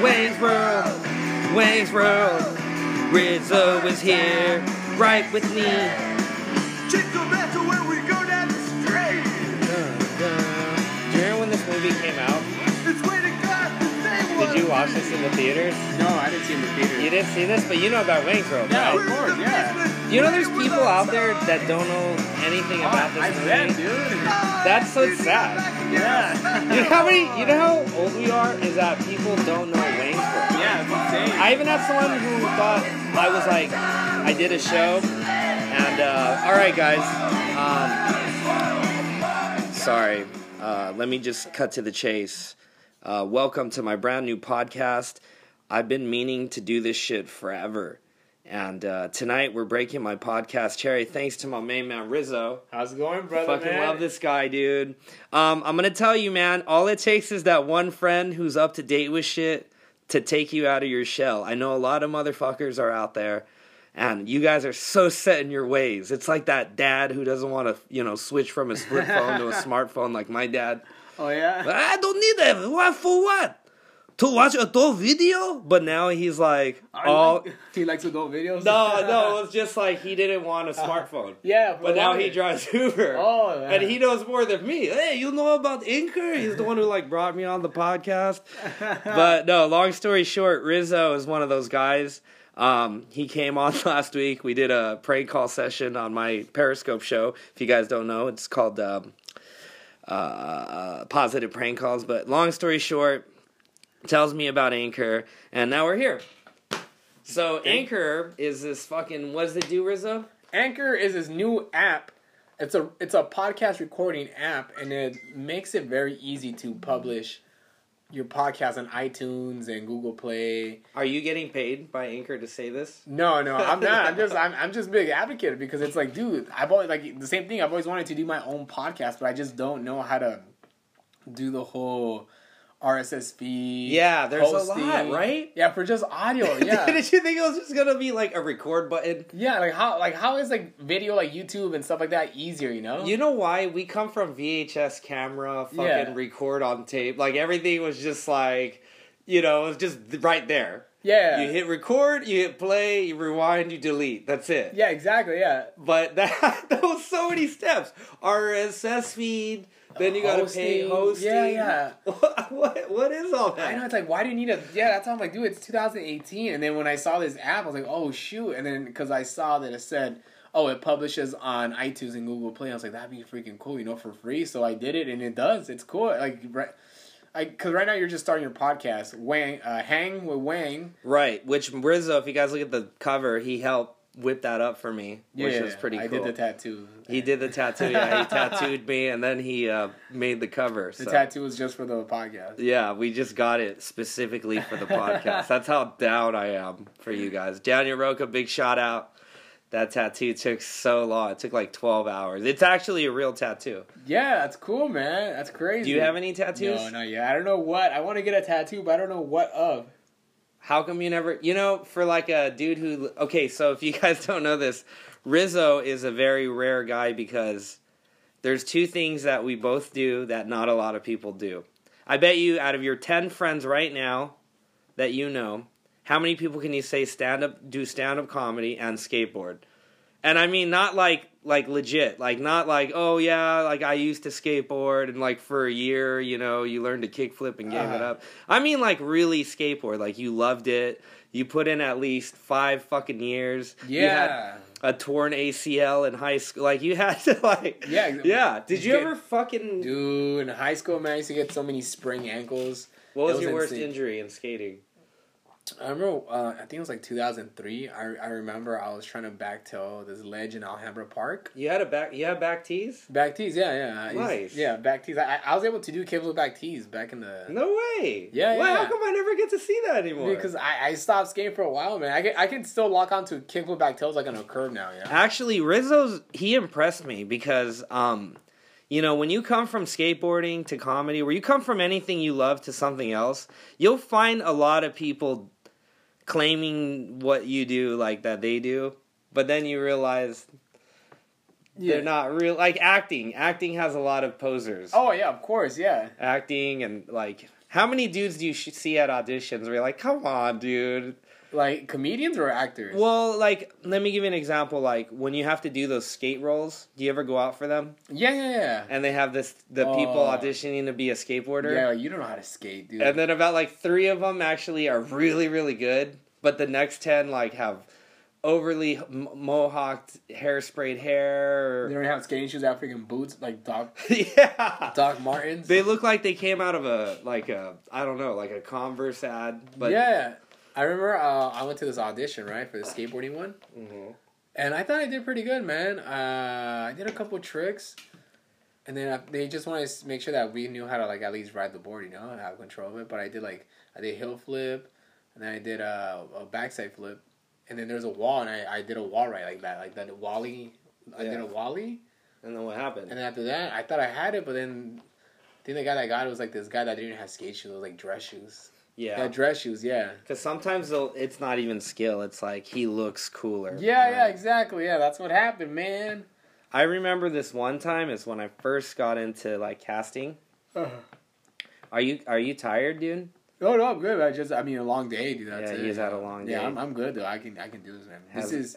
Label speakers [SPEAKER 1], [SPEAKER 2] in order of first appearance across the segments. [SPEAKER 1] Wayne's World, Wayne's World. Rizzo is here, right with me. Dun, dun. Do you remember when this movie came out? Did you watch this in the theaters?
[SPEAKER 2] No, I didn't see him in the
[SPEAKER 1] You
[SPEAKER 2] theater.
[SPEAKER 1] didn't see this, but you know about Wayne's World,
[SPEAKER 2] Yeah,
[SPEAKER 1] right?
[SPEAKER 2] of course, yeah.
[SPEAKER 1] You know there's people out there that don't know anything about this
[SPEAKER 2] Oh, I
[SPEAKER 1] movie.
[SPEAKER 2] bet, dude.
[SPEAKER 1] That's so sad.
[SPEAKER 2] Yeah.
[SPEAKER 1] You know how many? You know how old we are is that people don't know Wayne's World.
[SPEAKER 2] Yeah, it's insane.
[SPEAKER 1] I even had someone who thought I was like, I did a show, and uh, all right, guys. Um, sorry, uh, let me just cut to the chase. Uh, welcome to my brand new podcast. I've been meaning to do this shit forever, and uh, tonight we're breaking my podcast cherry thanks to my main man Rizzo.
[SPEAKER 2] How's it going, brother?
[SPEAKER 1] Fucking
[SPEAKER 2] man?
[SPEAKER 1] love this guy, dude. Um, I'm gonna tell you, man. All it takes is that one friend who's up to date with shit to take you out of your shell. I know a lot of motherfuckers are out there, and you guys are so set in your ways. It's like that dad who doesn't want to, you know, switch from his flip phone to a smartphone, like my dad.
[SPEAKER 2] Oh, yeah?
[SPEAKER 1] I don't need that. What for what? To watch adult video? But now he's like, all.
[SPEAKER 2] He likes adult videos?
[SPEAKER 1] No, no, it was just like he didn't want a smartphone.
[SPEAKER 2] Yeah,
[SPEAKER 1] But now
[SPEAKER 2] why?
[SPEAKER 1] he drives Uber.
[SPEAKER 2] Oh, yeah.
[SPEAKER 1] and he knows more than me. Hey, you know about Anchor? He's the one who like brought me on the podcast. but no, long story short, Rizzo is one of those guys. Um, he came on last week. We did a prank call session on my Periscope show. If you guys don't know, it's called um, uh, Positive Prank Calls. But long story short, tells me about Anchor, and now we're here. So Anchor is this fucking what does it do, Rizzo?
[SPEAKER 2] Anchor is this new app. It's a it's a podcast recording app, and it makes it very easy to publish your podcast on iTunes and Google Play.
[SPEAKER 1] Are you getting paid by Anchor to say this?
[SPEAKER 2] No, no, I'm not. I'm just I'm I'm just a big advocate because it's like, dude, I've always like the same thing. I've always wanted to do my own podcast, but I just don't know how to do the whole RSS feed.
[SPEAKER 1] Yeah, there's a lot, right?
[SPEAKER 2] Yeah, for just audio. Yeah.
[SPEAKER 1] Did you think it was just gonna be like a record button?
[SPEAKER 2] yeah, like how like how is like video like YouTube and stuff like that easier, you know?
[SPEAKER 1] You know why? We come from VHS camera, fucking
[SPEAKER 2] Yeah.
[SPEAKER 1] record on tape. Like everything was just like, you know, it was just right there.
[SPEAKER 2] yeah.
[SPEAKER 1] You hit record, you hit play, you rewind, you delete. That's it.
[SPEAKER 2] yeah, exactly, yeah.
[SPEAKER 1] But that that was so many steps. RSS feed. Then you gotta pay hosting.
[SPEAKER 2] Hosting. Yeah, yeah.
[SPEAKER 1] What, what what is all that?
[SPEAKER 2] I know it's like why do you need a yeah? That's how I'm like, dude, it's 2018. And then when I saw this app, I was like, oh shoot! And then because I saw that it said, oh, it publishes on iTunes and Google Play. I was like, that'd be freaking cool, you know, for free. So I did it, and it does. It's cool. Like right, like because right now you're just starting your podcast, Wang, uh, Hang with Wang.
[SPEAKER 1] Right, which Rizzo, if you guys look at the cover, he helped whip that up for me, which is pretty cool.
[SPEAKER 2] I did the tattoo.
[SPEAKER 1] he did the tattoo. Yeah, he tattooed me, and then he uh, made the cover.
[SPEAKER 2] The
[SPEAKER 1] so.
[SPEAKER 2] tattoo was just for the podcast.
[SPEAKER 1] yeah, we just got it specifically for the podcast. That's how down I am for you guys. Daniel Roca, big shout out. That tattoo took so long. It took like 12 hours. It's actually a real tattoo.
[SPEAKER 2] Yeah, that's cool, man. That's crazy.
[SPEAKER 1] Do you have any tattoos?
[SPEAKER 2] No, not yet. I don't know what. I want to get a tattoo, but I don't know what of.
[SPEAKER 1] How come you never, you know, for like a dude who, okay, so if you guys don't know this, Rizzo is a very rare guy because there's two things that we both do that not a lot of people do. I bet you, out of your 10 friends right now that you know, how many people can you say stand up, do stand up comedy and skateboard? And I mean, not like, like legit, like not like, oh yeah, like I used to skateboard and like for a year, you know, you learned to kickflip and gave it
[SPEAKER 2] Uh-huh.
[SPEAKER 1] up. I mean, like really skateboard, like you loved it. You put in at least five fucking years. You had
[SPEAKER 2] Yeah.
[SPEAKER 1] a torn ACL in high school. Like you had to like
[SPEAKER 2] Yeah,
[SPEAKER 1] yeah
[SPEAKER 2] exa-
[SPEAKER 1] yeah. Did you
[SPEAKER 2] Dude.
[SPEAKER 1] ever fucking
[SPEAKER 2] Dude, in high school, man, I used to get so many spring ankles.
[SPEAKER 1] what was,
[SPEAKER 2] It was
[SPEAKER 1] your worst
[SPEAKER 2] insane.
[SPEAKER 1] injury in skating?
[SPEAKER 2] I remember, uh, I think it was like 2003. I, I remember I was trying to backtail this ledge in Alhambra Park.
[SPEAKER 1] You had a back you had back tees?
[SPEAKER 2] Back tees, yeah, yeah. I used-
[SPEAKER 1] Nice.
[SPEAKER 2] Yeah, back tees. I, I- I was able to do kickflip back tees back in the.
[SPEAKER 1] No way.
[SPEAKER 2] Yeah,
[SPEAKER 1] Why, How
[SPEAKER 2] yeah.
[SPEAKER 1] come I never get to see that anymore?
[SPEAKER 2] Because I, I stopped skating for a while, man. I can, I can still lock onto kickflip back tails like on a curve now, yeah.
[SPEAKER 1] Actually, Rizzo's he impressed me because um you know, when you come from skateboarding to comedy, where you come from anything you love to something else, you'll find a lot of people claiming what you do like that they do, but then you realize They're not real. Like acting, acting has a lot of posers.
[SPEAKER 2] Oh yeah, of course, yeah.
[SPEAKER 1] Acting and like, how many dudes do you sh- see at auditions where you're like, come on, dude?
[SPEAKER 2] Like comedians or actors?
[SPEAKER 1] Well, like, let me give you an example. Like, when you have to do those skate rolls, do you ever go out for them?
[SPEAKER 2] yeah, yeah, yeah.
[SPEAKER 1] And they have this the people
[SPEAKER 2] Oh.
[SPEAKER 1] auditioning to be a skateboarder.
[SPEAKER 2] Yeah, you don't know how to skate, dude.
[SPEAKER 1] And then about like three of them actually are really, really good, but the next ten like have overly m- mohawked, hairsprayed hair.
[SPEAKER 2] they
[SPEAKER 1] or-
[SPEAKER 2] don't have skating shoes, they have freaking boots like Doc
[SPEAKER 1] yeah,
[SPEAKER 2] Doc Martens.
[SPEAKER 1] they look like they came out of a like a I don't know like a Converse ad. But
[SPEAKER 2] yeah, I remember uh, I went to this audition right for the skateboarding one,
[SPEAKER 1] Mhm.
[SPEAKER 2] and I thought I did pretty good, man. Uh, I did a couple tricks, and then I, they just wanted to s- make sure that we knew how to like at least ride the board, you know, and have control of it. But I did like I did hill flip, and then I did uh, a backside flip, and then there's a wall, and I, I did a wall right like that, like that wally. I did
[SPEAKER 1] Yeah.
[SPEAKER 2] a wally.
[SPEAKER 1] and then what happened?
[SPEAKER 2] And then after that, I thought I had it, but then I think the guy that got it was like this guy that didn't have skate shoes, it was like dress shoes. Yeah,
[SPEAKER 1] yeah,
[SPEAKER 2] dress shoes, yeah.
[SPEAKER 1] because sometimes they'll, it's not even skill. It's like he looks cooler.
[SPEAKER 2] Yeah,
[SPEAKER 1] right?
[SPEAKER 2] yeah, exactly. Yeah, that's what happened, man.
[SPEAKER 1] I remember this one time is when I first got into like casting. Are you are you tired, dude?
[SPEAKER 2] No, no, I'm good. I just, I mean, a long day, dude. That's
[SPEAKER 1] Yeah,
[SPEAKER 2] it.
[SPEAKER 1] he's had a long
[SPEAKER 2] Yeah,
[SPEAKER 1] day.
[SPEAKER 2] I'm, I'm good though. I can, I can do this, man.
[SPEAKER 1] Has-
[SPEAKER 2] this is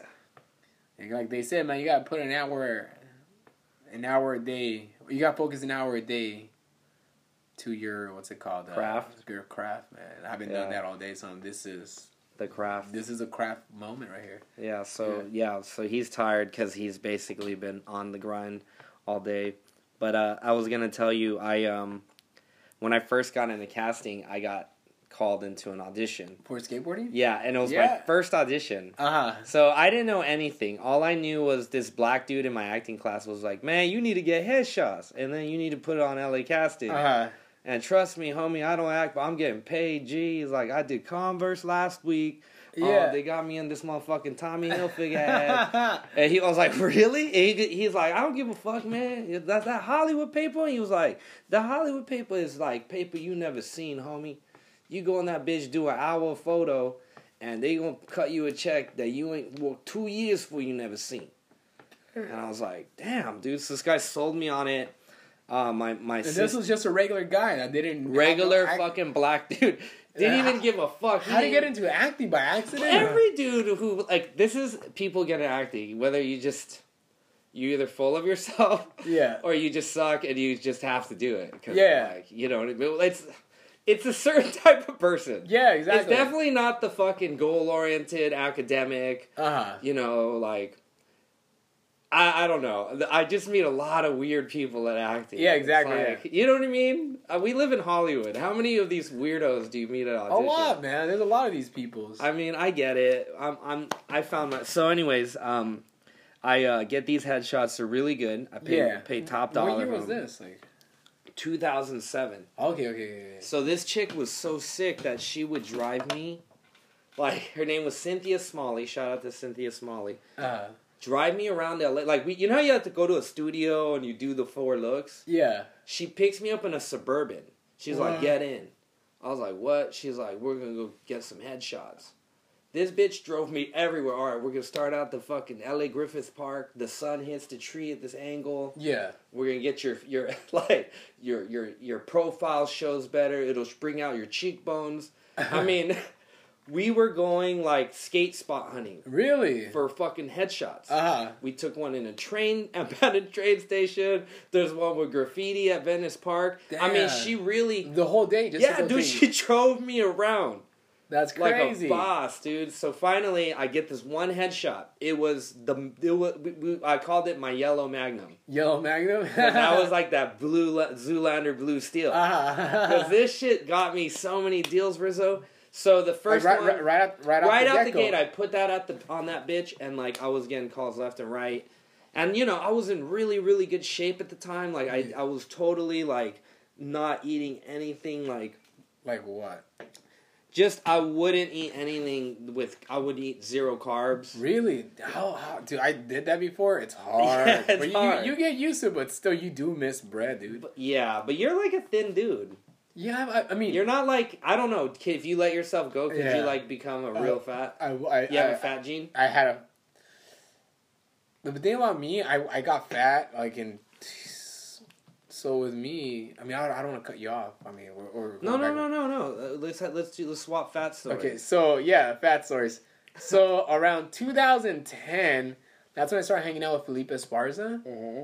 [SPEAKER 2] like they said, man. You gotta put an hour, an hour a day. You gotta focus an hour a day to your what's it called? Uh,
[SPEAKER 1] Craft.
[SPEAKER 2] Your craft, man. I've been
[SPEAKER 1] Yeah.
[SPEAKER 2] doing that all day, so this is
[SPEAKER 1] the craft.
[SPEAKER 2] this is a craft moment right here.
[SPEAKER 1] Yeah, so yeah, so he's tired because he's basically been on the grind all day. But uh, I was gonna tell you, I um, when I first got into casting, I got called into an audition.
[SPEAKER 2] For skateboarding.
[SPEAKER 1] Yeah, and it was my
[SPEAKER 2] Yeah.
[SPEAKER 1] first audition.
[SPEAKER 2] Uh huh.
[SPEAKER 1] So I didn't know anything. All I knew was this black dude in my acting class was like, "Man, you need to get headshots, and then you need to put it on LA casting."
[SPEAKER 2] Uh huh.
[SPEAKER 1] And trust me, homie, I don't act, but I'm getting paid. Geez, like I did Converse last week. Yeah,
[SPEAKER 2] Yeah.
[SPEAKER 1] they got me in this motherfucking Tommy Hilfiger ad. And he I was like, really? And he, he's like, I don't give a fuck, man. That's that Hollywood paper. And he was like, the Hollywood paper is like paper you never seen, homie. You go in that bitch, do an hour photo, and they gonna cut you a check that you ain't worked two years for you never seen. And I was like, damn, dude. So this guy sold me on it. Uh, my my
[SPEAKER 2] and this
[SPEAKER 1] sister,
[SPEAKER 2] was just a regular guy that didn't
[SPEAKER 1] regular
[SPEAKER 2] I-
[SPEAKER 1] fucking black dude, didn't
[SPEAKER 2] Yeah.
[SPEAKER 1] even give a fuck. He
[SPEAKER 2] How do you
[SPEAKER 1] didn't-
[SPEAKER 2] get into acting by accident?
[SPEAKER 1] Every dude who like this is people get into acting. Whether you just you either full of yourself,
[SPEAKER 2] Yeah.
[SPEAKER 1] or you just suck and you just have to do it. 'Cause,
[SPEAKER 2] Yeah.
[SPEAKER 1] like, you know, it's it's a certain type of person.
[SPEAKER 2] Yeah, exactly.
[SPEAKER 1] it's definitely not the fucking goal oriented academic.
[SPEAKER 2] Uh huh.
[SPEAKER 1] You know, like I I don't know. I just meet a lot of weird people at acting.
[SPEAKER 2] Yeah,
[SPEAKER 1] It's
[SPEAKER 2] exactly,
[SPEAKER 1] like- You know what I mean? Uh, we live in Hollywood. How many of these weirdos do you meet at
[SPEAKER 2] A
[SPEAKER 1] auditions?
[SPEAKER 2] lot, man. There's a lot of these peoples.
[SPEAKER 1] I mean, I get it. I'm, I'm, I found my. So, anyways, um, I uh, get these headshots. They're really good. I paid,
[SPEAKER 2] Yeah.
[SPEAKER 1] paid top dollar.
[SPEAKER 2] what year
[SPEAKER 1] for
[SPEAKER 2] was
[SPEAKER 1] them.
[SPEAKER 2] this? Like,
[SPEAKER 1] 2007.
[SPEAKER 2] okay, okay, okay, okay.
[SPEAKER 1] So this chick was so sick that she would drive me. Like her name was Cynthia Smalley. Shout out to Cynthia Smalley.
[SPEAKER 2] Uh,
[SPEAKER 1] Uh-huh. Drive me around LA. Like we, you know, how you have to go to a studio and you do the four looks.
[SPEAKER 2] yeah.
[SPEAKER 1] She picks me up in a suburban. She's like,
[SPEAKER 2] Wow.
[SPEAKER 1] get in. I was like, what? She's like, we're gonna go get some headshots. This bitch drove me everywhere. All right, we're gonna start out the fucking L.A. Griffith Park. The sun hits the tree at this angle.
[SPEAKER 2] Yeah.
[SPEAKER 1] We're gonna get your your like your your your profile shows better. It'll bring out your cheekbones. I mean, we were going like skate spot hunting
[SPEAKER 2] Really?
[SPEAKER 1] for fucking headshots.
[SPEAKER 2] Uh huh.
[SPEAKER 1] We took one in a train abandoned train station. There's one with graffiti at Venice Park. I mean,
[SPEAKER 2] Damn.
[SPEAKER 1] she really.
[SPEAKER 2] The whole day just
[SPEAKER 1] yeah,
[SPEAKER 2] to go
[SPEAKER 1] dude, she
[SPEAKER 2] see-
[SPEAKER 1] drove me around
[SPEAKER 2] That's
[SPEAKER 1] like
[SPEAKER 2] crazy.
[SPEAKER 1] a boss, dude. So finally, I get this one headshot. It was the it was, we, we, I called it my yellow magnum.
[SPEAKER 2] Yellow Magnum.
[SPEAKER 1] 'Cause that was like that blue la- Zoolander blue steel.
[SPEAKER 2] Uh-huh.
[SPEAKER 1] Because this shit got me so many deals, Rizzo. So the
[SPEAKER 2] Like,
[SPEAKER 1] first
[SPEAKER 2] right,
[SPEAKER 1] one,
[SPEAKER 2] right, right, out- right,
[SPEAKER 1] right
[SPEAKER 2] off the
[SPEAKER 1] out the
[SPEAKER 2] get-go.
[SPEAKER 1] gate, I put that at the on that bitch, and like I was getting calls left and right, and you know I was in really really good shape at the time. Like I I was totally like not eating anything like
[SPEAKER 2] Like what?
[SPEAKER 1] just I wouldn't eat anything with I would eat zero carbs.
[SPEAKER 2] Really? How, how? Dude, I did that before. It's hard.
[SPEAKER 1] Yeah, it's
[SPEAKER 2] but you,
[SPEAKER 1] hard.
[SPEAKER 2] you get used to it, but still, you do miss bread, dude.
[SPEAKER 1] But- yeah, but you're like a thin dude.
[SPEAKER 2] Yeah, I, I mean,
[SPEAKER 1] You're not like I don't know. kid, If you let yourself go, could you
[SPEAKER 2] Yeah. Uh,
[SPEAKER 1] like become a real fat?
[SPEAKER 2] I, I,
[SPEAKER 1] You have
[SPEAKER 2] I-
[SPEAKER 1] a fat gene.
[SPEAKER 2] I had a. the thing about me, I I got fat like in. So with me, I mean, I, I don't want to cut you off. I mean, or, or
[SPEAKER 1] No,
[SPEAKER 2] go
[SPEAKER 1] no,
[SPEAKER 2] back-
[SPEAKER 1] no, no, no. Uh, Let's ha- let's do let's swap fat stories.
[SPEAKER 2] Okay, so yeah, fat stories. So around 2010, that's when I started hanging out with Felipe Esparza,
[SPEAKER 1] Mm-hmm.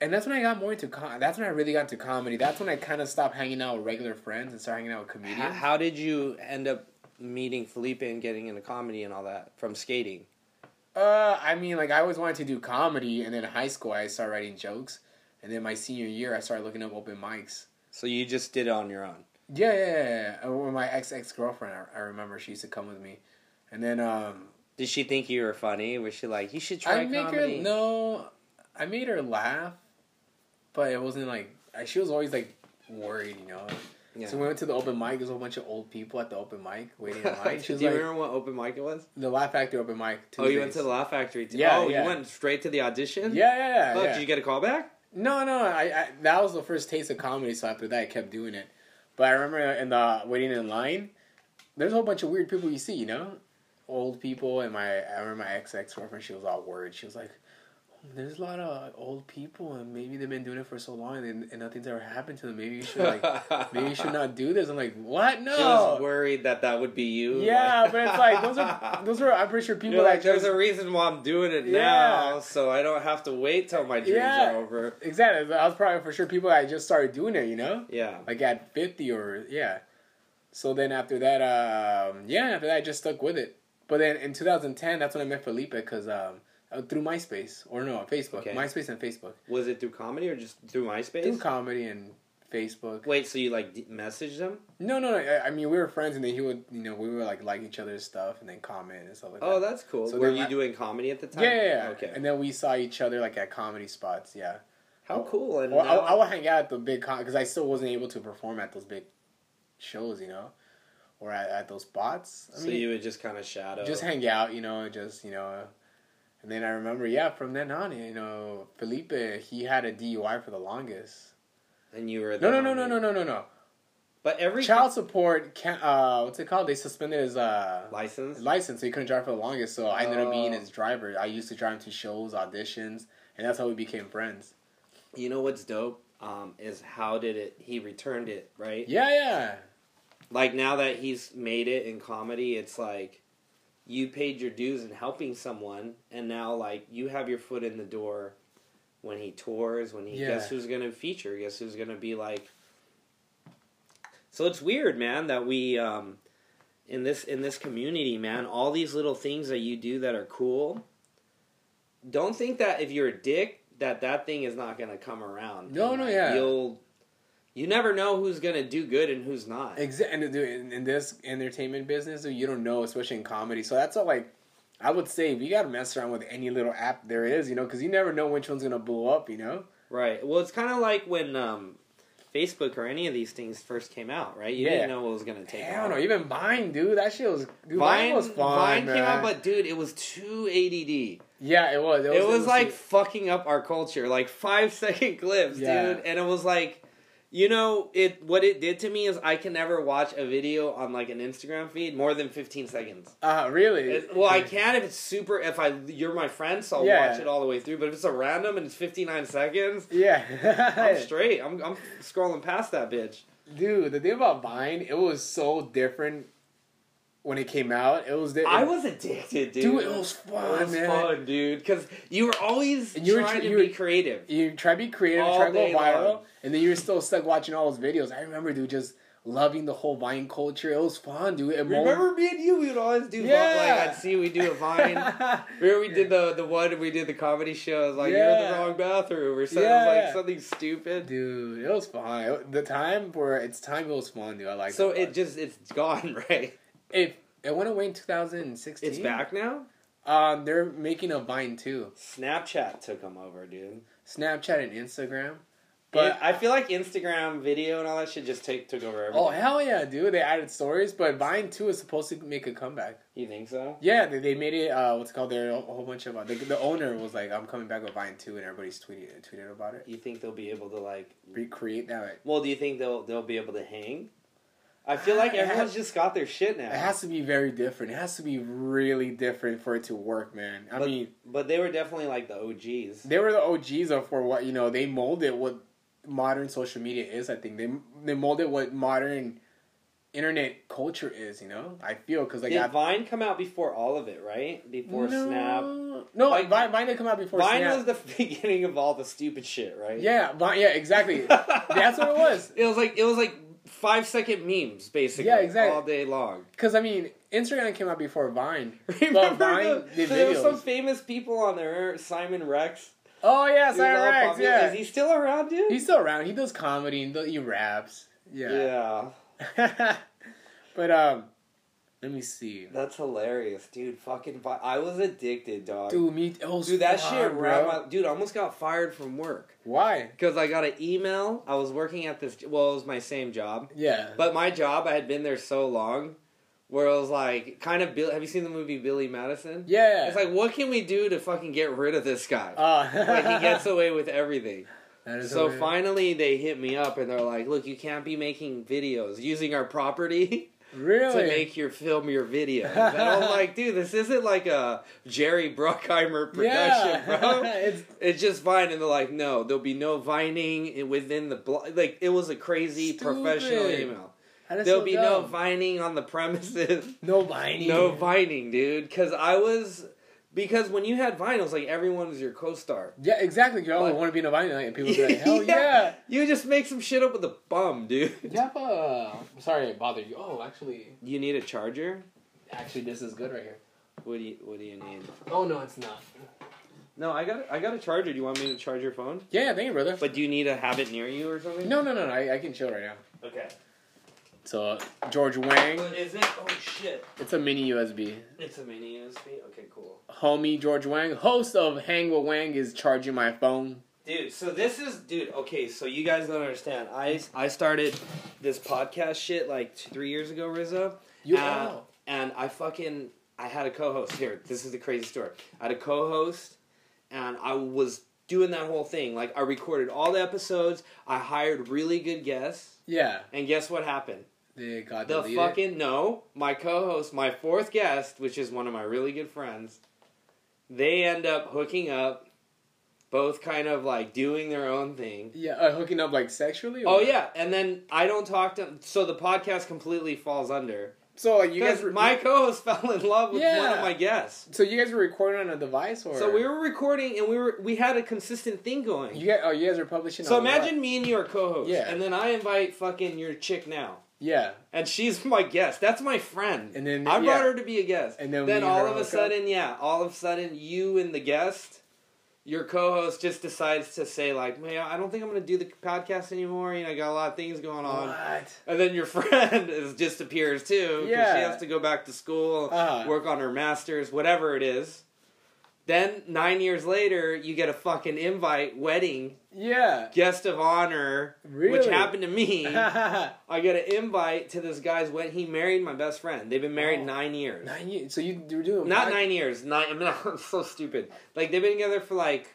[SPEAKER 2] and that's when I got more into com- that's when I really got into comedy. That's when I kind of stopped hanging out with regular friends and started hanging out with comedians.
[SPEAKER 1] How, how did you end up meeting Felipe and getting into comedy and all that from skating?
[SPEAKER 2] Uh, I mean, like I always wanted to do comedy, and then in high school I started writing jokes, and then my senior year I started looking up open mics.
[SPEAKER 1] So you just did it on your own.
[SPEAKER 2] Yeah, yeah, yeah. yeah. Or my ex ex girlfriend, I, I remember she used to come with me, and then um,
[SPEAKER 1] Did she think you were funny? Was she like, you should try
[SPEAKER 2] I make
[SPEAKER 1] comedy?
[SPEAKER 2] her no. I made her laugh, but it wasn't like I- she was always like worried, you know.
[SPEAKER 1] Yeah.
[SPEAKER 2] So we went to the open mic. There's a whole bunch of old people at the open mic waiting in line. She
[SPEAKER 1] Do
[SPEAKER 2] was
[SPEAKER 1] you
[SPEAKER 2] like
[SPEAKER 1] remember what open mic it was?
[SPEAKER 2] the Laugh Factory open mic.
[SPEAKER 1] Oh, you went
[SPEAKER 2] Tuesdays."
[SPEAKER 1] to the Laugh Factory. Too.
[SPEAKER 2] Yeah,
[SPEAKER 1] oh,
[SPEAKER 2] yeah.
[SPEAKER 1] you went straight to the audition.
[SPEAKER 2] Yeah, yeah, yeah.
[SPEAKER 1] Fuck,
[SPEAKER 2] yeah.
[SPEAKER 1] Did you get a call back?
[SPEAKER 2] No, no, I, I that was the first taste of comedy. So after that, I kept doing it. But I remember in the waiting in line, there's a whole bunch of weird people you see, you know, old people. And my I remember my ex ex girlfriend, she was all worried. She was like, "There's a lot of old people, and maybe they've been doing it for so long, and, and nothing's ever happened to them. Maybe you should like, maybe you should not do this." I'm like, "What?
[SPEAKER 1] She was
[SPEAKER 2] No."
[SPEAKER 1] worried that that would be you.
[SPEAKER 2] Yeah, but it's like those are those are I'm pretty sure people
[SPEAKER 1] You're
[SPEAKER 2] that
[SPEAKER 1] like, there's
[SPEAKER 2] just-
[SPEAKER 1] a reason why I'm doing it
[SPEAKER 2] Yeah.
[SPEAKER 1] now, so I don't have to wait till my dreams
[SPEAKER 2] Yeah.
[SPEAKER 1] are over.
[SPEAKER 2] exactly. I was probably for sure people that just started doing it, you know.
[SPEAKER 1] Yeah.
[SPEAKER 2] like at 50 or yeah so then after that um yeah after that i just stuck with it but then in 2010 that's when i met felipe because um uh, through myspace or no facebook
[SPEAKER 1] Okay.
[SPEAKER 2] myspace and facebook
[SPEAKER 1] Was it through comedy or just through
[SPEAKER 2] through
[SPEAKER 1] MySpace?
[SPEAKER 2] comedy and facebook
[SPEAKER 1] Wait, so you like d- messaged them?
[SPEAKER 2] no no no I, I mean we were friends and then he would you know we were like like each other's stuff and then comment and stuff like
[SPEAKER 1] Oh,
[SPEAKER 2] that
[SPEAKER 1] that's cool.
[SPEAKER 2] So
[SPEAKER 1] Were
[SPEAKER 2] then
[SPEAKER 1] you
[SPEAKER 2] I-
[SPEAKER 1] doing comedy at the time?
[SPEAKER 2] yeah, yeah, yeah.
[SPEAKER 1] Okay.
[SPEAKER 2] And then we saw each other like at comedy spots. Yeah.
[SPEAKER 1] How cool. And
[SPEAKER 2] Well, I,
[SPEAKER 1] now-
[SPEAKER 2] I would hang out at the big con because I still wasn't able to perform at those big shows, you know, or at, at those spots. I
[SPEAKER 1] so you would just kind of shadow.
[SPEAKER 2] just hang out, you know, and just you know. And then I remember, yeah, from then on, you know, Felipe he had a DUI for the longest.
[SPEAKER 1] and you were
[SPEAKER 2] No,
[SPEAKER 1] the
[SPEAKER 2] no, no, no,
[SPEAKER 1] homie.
[SPEAKER 2] no, no, no, no.
[SPEAKER 1] But every
[SPEAKER 2] Child support, can, uh, what's it called? They suspended his uh
[SPEAKER 1] license.
[SPEAKER 2] license, so he couldn't drive for the longest. So I ended up being
[SPEAKER 1] Oh.
[SPEAKER 2] his driver. I used to drive him to shows, auditions, and that's how we became friends.
[SPEAKER 1] You know what's dope? Um, is how did it? He returned it, right?
[SPEAKER 2] Yeah, yeah,
[SPEAKER 1] Like now that he's made it in comedy, it's like you paid your dues in helping someone, and now like you have your foot in the door when he tours. When he
[SPEAKER 2] Yeah.
[SPEAKER 1] guess who's gonna feature? Guess who's gonna be like? So it's weird, man, that we um, in this in this community, man, all these little things that you do that are cool. Don't think that if you're a dick, that that thing is not gonna come around.
[SPEAKER 2] No,
[SPEAKER 1] And,
[SPEAKER 2] no,
[SPEAKER 1] like,
[SPEAKER 2] yeah.
[SPEAKER 1] You'll you never know who's gonna do good and who's not.
[SPEAKER 2] exactly. And dude, in, in this entertainment business, dude, you don't know, especially in comedy. So that's all like. I would say we gotta mess around with any little app there is, you know, because you never know which one's gonna blow up, you know.
[SPEAKER 1] Right. Well, it's kind of like when um, Facebook or any of these things first came out, right? You
[SPEAKER 2] Yeah.
[SPEAKER 1] didn't know what was gonna take.
[SPEAKER 2] Hell
[SPEAKER 1] off.
[SPEAKER 2] no, even Vine, dude. That shit was dude, Vine,
[SPEAKER 1] Vine,
[SPEAKER 2] was fun.
[SPEAKER 1] Vine
[SPEAKER 2] man.
[SPEAKER 1] came out, but dude, it was too ADD.
[SPEAKER 2] yeah, it was. It was,
[SPEAKER 1] it was like fucking up our culture like five second clips
[SPEAKER 2] Yeah.
[SPEAKER 1] dude and it was like you know it what it did to me is i can never watch a video on like an instagram feed more than 15 seconds
[SPEAKER 2] uh, really.
[SPEAKER 1] It- well i can if it's super if i you're my friend so i'll
[SPEAKER 2] Yeah.
[SPEAKER 1] watch it all the way through but if it's a random and it's 59 seconds i'm
[SPEAKER 2] Yeah,
[SPEAKER 1] straight i'm, I'm scrolling past that bitch
[SPEAKER 2] dude. The thing about Vine, it was so different when it came out. It was. Di-
[SPEAKER 1] i was addicted dude
[SPEAKER 2] Dude, it was fun,
[SPEAKER 1] it was
[SPEAKER 2] man.
[SPEAKER 1] fun dude because you were always
[SPEAKER 2] And you were
[SPEAKER 1] trying
[SPEAKER 2] tr-
[SPEAKER 1] to
[SPEAKER 2] you
[SPEAKER 1] be
[SPEAKER 2] were-
[SPEAKER 1] creative
[SPEAKER 2] You try to be creative,
[SPEAKER 1] All
[SPEAKER 2] try to go
[SPEAKER 1] day
[SPEAKER 2] viral,
[SPEAKER 1] long.
[SPEAKER 2] and then you were still stuck watching all those videos. I remember, dude, just loving the whole Vine culture. It was fun, dude. It mo-
[SPEAKER 1] Remember me and you? We would always do
[SPEAKER 2] Yeah.
[SPEAKER 1] like I'd see we do a vine. Remember we did the the one we did the comedy show. It was like you're in
[SPEAKER 2] Yeah.
[SPEAKER 1] the wrong bathroom or something
[SPEAKER 2] Yeah.
[SPEAKER 1] like something stupid.
[SPEAKER 2] Dude, it was fun. It- The time for its time, it was fun, dude. I like.
[SPEAKER 1] So it just it's gone, right?
[SPEAKER 2] it it went away in 2016.
[SPEAKER 1] It's back now.
[SPEAKER 2] Um, they're making a Vine too,
[SPEAKER 1] Snapchat took them over, dude.
[SPEAKER 2] Snapchat and Instagram.
[SPEAKER 1] But
[SPEAKER 2] But
[SPEAKER 1] I feel like Instagram video and all that shit just take took over everything.
[SPEAKER 2] oh hell yeah, dude! They added stories, but Vine too is supposed to make a comeback.
[SPEAKER 1] you think so?
[SPEAKER 2] Yeah, they, they made it. Uh, what's it called? There a whole bunch of uh, the, the owner was like, "I'm coming back with Vine too," and everybody's tweeted tweeted about it.
[SPEAKER 1] You think they'll be able to like?
[SPEAKER 2] Recreate that.
[SPEAKER 1] Well, do you think they'll they'll be able to hang? I feel like
[SPEAKER 2] Uh, It has-
[SPEAKER 1] everyone's just got their shit now.
[SPEAKER 2] It has to be very different. It has to be really different for it to work, man. I
[SPEAKER 1] but,
[SPEAKER 2] mean,
[SPEAKER 1] but they were definitely like the OGs.
[SPEAKER 2] they were the OGs of for what you know. They molded what modern social media is. I think they they molded what modern internet culture is. You know, I feel because like
[SPEAKER 1] Did
[SPEAKER 2] I,
[SPEAKER 1] Vine come out before all of it, right? Before Snap.
[SPEAKER 2] No,
[SPEAKER 1] Like-
[SPEAKER 2] Vine, Vine didn't come out before
[SPEAKER 1] Vine
[SPEAKER 2] Snap.
[SPEAKER 1] was the beginning of all the stupid shit, right?
[SPEAKER 2] yeah, Vine, yeah, exactly. That's what it was.
[SPEAKER 1] It was like it was like five second memes basically.
[SPEAKER 2] Yeah, exactly.
[SPEAKER 1] All day long.
[SPEAKER 2] Because I mean, Instagram came out before Vine.
[SPEAKER 1] Remember
[SPEAKER 2] Vine
[SPEAKER 1] the-
[SPEAKER 2] did
[SPEAKER 1] there were some
[SPEAKER 2] videos.
[SPEAKER 1] famous people on there. remember Simon Rex.
[SPEAKER 2] Oh yeah,
[SPEAKER 1] He was all
[SPEAKER 2] Simon Rex.
[SPEAKER 1] popular.
[SPEAKER 2] Yeah,
[SPEAKER 1] Is he still around, dude?
[SPEAKER 2] he's still around. He does comedy and he raps.
[SPEAKER 1] yeah.
[SPEAKER 2] but um, let me see.
[SPEAKER 1] That's hilarious, dude. Fucking, Vi- I was addicted, dog. Dude,
[SPEAKER 2] Dude, me. Oh,
[SPEAKER 1] that
[SPEAKER 2] fuck,
[SPEAKER 1] shit
[SPEAKER 2] bro.
[SPEAKER 1] ran my. Dude, I almost got fired from work
[SPEAKER 2] Why?
[SPEAKER 1] because I got an email. I was working at this. Well, it was my same job,
[SPEAKER 2] Yeah.
[SPEAKER 1] but my job I had been there so long, where it was like kind of. Bill, have you seen the movie Billy Madison?
[SPEAKER 2] yeah.
[SPEAKER 1] It's like, what can we do to fucking get rid of this guy?
[SPEAKER 2] oh.
[SPEAKER 1] like he gets away with everything.
[SPEAKER 2] That is
[SPEAKER 1] So
[SPEAKER 2] hilarious.
[SPEAKER 1] finally, they hit me up and they're like, "Look, you can't be making videos using our property."
[SPEAKER 2] Really?
[SPEAKER 1] to make your film your video. And I'm like, dude, this isn't like a Jerry Bruckheimer production,
[SPEAKER 2] yeah.
[SPEAKER 1] bro.
[SPEAKER 2] it's
[SPEAKER 1] It's just Vine, and they're like, no, there'll be no vining within the blog. Like, it was a crazy professional
[SPEAKER 2] Stupid.
[SPEAKER 1] email.
[SPEAKER 2] that is
[SPEAKER 1] there'll
[SPEAKER 2] so
[SPEAKER 1] be no
[SPEAKER 2] dumb.
[SPEAKER 1] vining on the premises,
[SPEAKER 2] no Vine.
[SPEAKER 1] no vining, dude. Because I was, because when you had Vine, it was like everyone was your co-star.
[SPEAKER 2] Yeah, exactly. You always
[SPEAKER 1] Like-
[SPEAKER 2] want to be in a Vine, and people be like, "Hell yeah,
[SPEAKER 1] you just make some shit up with a bum, dude.
[SPEAKER 2] yep." Uh, I'm sorry I bothered you. Oh, actually,
[SPEAKER 1] You need a charger.
[SPEAKER 2] actually, this is good right here.
[SPEAKER 1] What do you What do you need?
[SPEAKER 2] Oh no, it's not.
[SPEAKER 1] No, I got I got a charger. Do you want me to charge your phone?
[SPEAKER 2] Yeah, thank you, brother.
[SPEAKER 1] But do you need to have it near you or something?
[SPEAKER 2] no, no, no, no. I, I can chill right now.
[SPEAKER 1] Okay.
[SPEAKER 2] So uh, George Wang,
[SPEAKER 1] Is it? Oh shit!
[SPEAKER 2] it's a mini USB.
[SPEAKER 1] It's a mini USB. Okay, cool.
[SPEAKER 2] Homie George Wang, host of Hang with Wang, is charging my phone.
[SPEAKER 1] Dude, so this is dude. Okay, so you guys don't understand. I I started this podcast shit like two, three years ago, Rizzo.
[SPEAKER 2] You
[SPEAKER 1] Uh,
[SPEAKER 2] oh.
[SPEAKER 1] and I fucking I had a co-host here. This is the crazy story. I had a co-host, and I was doing that whole thing. Like I recorded all the episodes. I hired really good guests,
[SPEAKER 2] Yeah,
[SPEAKER 1] and guess what happened?
[SPEAKER 2] they got
[SPEAKER 1] The
[SPEAKER 2] deleted.
[SPEAKER 1] fucking no, my co-host, my fourth guest, which is one of my really good friends, they end up hooking up, both kind of like doing their own thing.
[SPEAKER 2] Yeah, uh, hooking up like sexually.
[SPEAKER 1] Oh
[SPEAKER 2] or-
[SPEAKER 1] yeah, and then I don't talk to so the podcast completely falls under
[SPEAKER 2] So like you guys,
[SPEAKER 1] because
[SPEAKER 2] were,
[SPEAKER 1] my co-host fell in love with one of
[SPEAKER 2] Yeah.
[SPEAKER 1] my guests.
[SPEAKER 2] so you guys were recording on a device or
[SPEAKER 1] So we were recording and we were we had a consistent thing going.
[SPEAKER 2] You guys, oh, you guys were publishing.
[SPEAKER 1] so
[SPEAKER 2] on what?
[SPEAKER 1] imagine me and you are co-hosts,
[SPEAKER 2] Yeah.
[SPEAKER 1] and then I invite fucking your chick now.
[SPEAKER 2] Yeah,
[SPEAKER 1] and she's my guest. That's my friend.
[SPEAKER 2] And then-
[SPEAKER 1] I brought
[SPEAKER 2] yeah.
[SPEAKER 1] her to be a guest.
[SPEAKER 2] And then
[SPEAKER 1] then
[SPEAKER 2] we
[SPEAKER 1] all
[SPEAKER 2] her
[SPEAKER 1] of a
[SPEAKER 2] hook up.
[SPEAKER 1] sudden, yeah, all of a sudden, you and the guest, your co-host, just decides to say like, "Man, I don't think I'm going to do the podcast anymore. You know, I got a lot of things going on."
[SPEAKER 2] what?
[SPEAKER 1] And then your friend is, disappears too because
[SPEAKER 2] Yeah.
[SPEAKER 1] she has to go back to school,
[SPEAKER 2] Uh-huh.
[SPEAKER 1] work on her masters, whatever it is. Then nine years later, you get a fucking invite, wedding,
[SPEAKER 2] Yeah,
[SPEAKER 1] guest of honor, which
[SPEAKER 2] Really?
[SPEAKER 1] happened to me.
[SPEAKER 2] nine
[SPEAKER 1] I got an invite to this guy's wedding. He married my best friend. They've been married
[SPEAKER 2] Oh.
[SPEAKER 1] nine years.
[SPEAKER 2] years. So you, you were doing
[SPEAKER 1] Not
[SPEAKER 2] pod-
[SPEAKER 1] nine years. Nine. I mean, I'm so stupid. Like they've been together for like,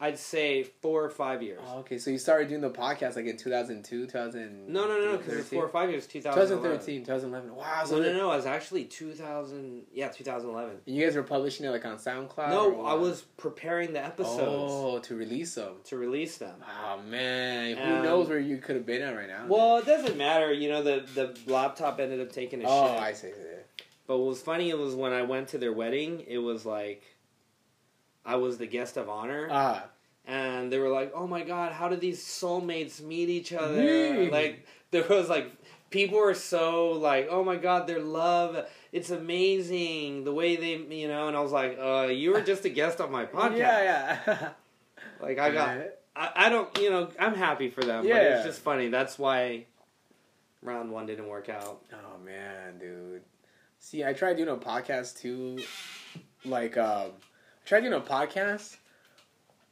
[SPEAKER 1] I'd say four or five years.
[SPEAKER 2] Oh, okay, so you started doing the podcast like in 2002, 2000.
[SPEAKER 1] no, no, no, because it's four or five years. 2013.
[SPEAKER 2] 2013, 2011. Wow, so
[SPEAKER 1] No, no, no. I was actually 2000. Yeah, 2011.
[SPEAKER 2] you guys were publishing it like on SoundCloud. or
[SPEAKER 1] No,
[SPEAKER 2] what?
[SPEAKER 1] I was preparing the episodes
[SPEAKER 2] Oh, to release them.
[SPEAKER 1] to release them.
[SPEAKER 2] Oh man, who
[SPEAKER 1] Um,
[SPEAKER 2] knows where you could have been at right now?
[SPEAKER 1] Well, it doesn't matter. You know, the the laptop ended up taking a
[SPEAKER 2] oh,
[SPEAKER 1] shit.
[SPEAKER 2] I see. see, see.
[SPEAKER 1] But what was funny it was when I went to their wedding, it was like I was the guest of honor.
[SPEAKER 2] Ah,
[SPEAKER 1] and they were like, "Oh my god, how did these soulmates meet each other?"
[SPEAKER 2] Mm.
[SPEAKER 1] Like there was like people were so like, "Oh my god, their love, it's amazing the way they, you know." And I was like, "Uh, you were just a guest on my podcast."
[SPEAKER 2] yeah, yeah.
[SPEAKER 1] Like I got, I, I don't, you know, I'm happy for them, but
[SPEAKER 2] Yeah.
[SPEAKER 1] it's just funny. That's why round one didn't work out.
[SPEAKER 2] Oh man, dude. See, I tried doing a podcast too. Like, um, I tried doing a podcast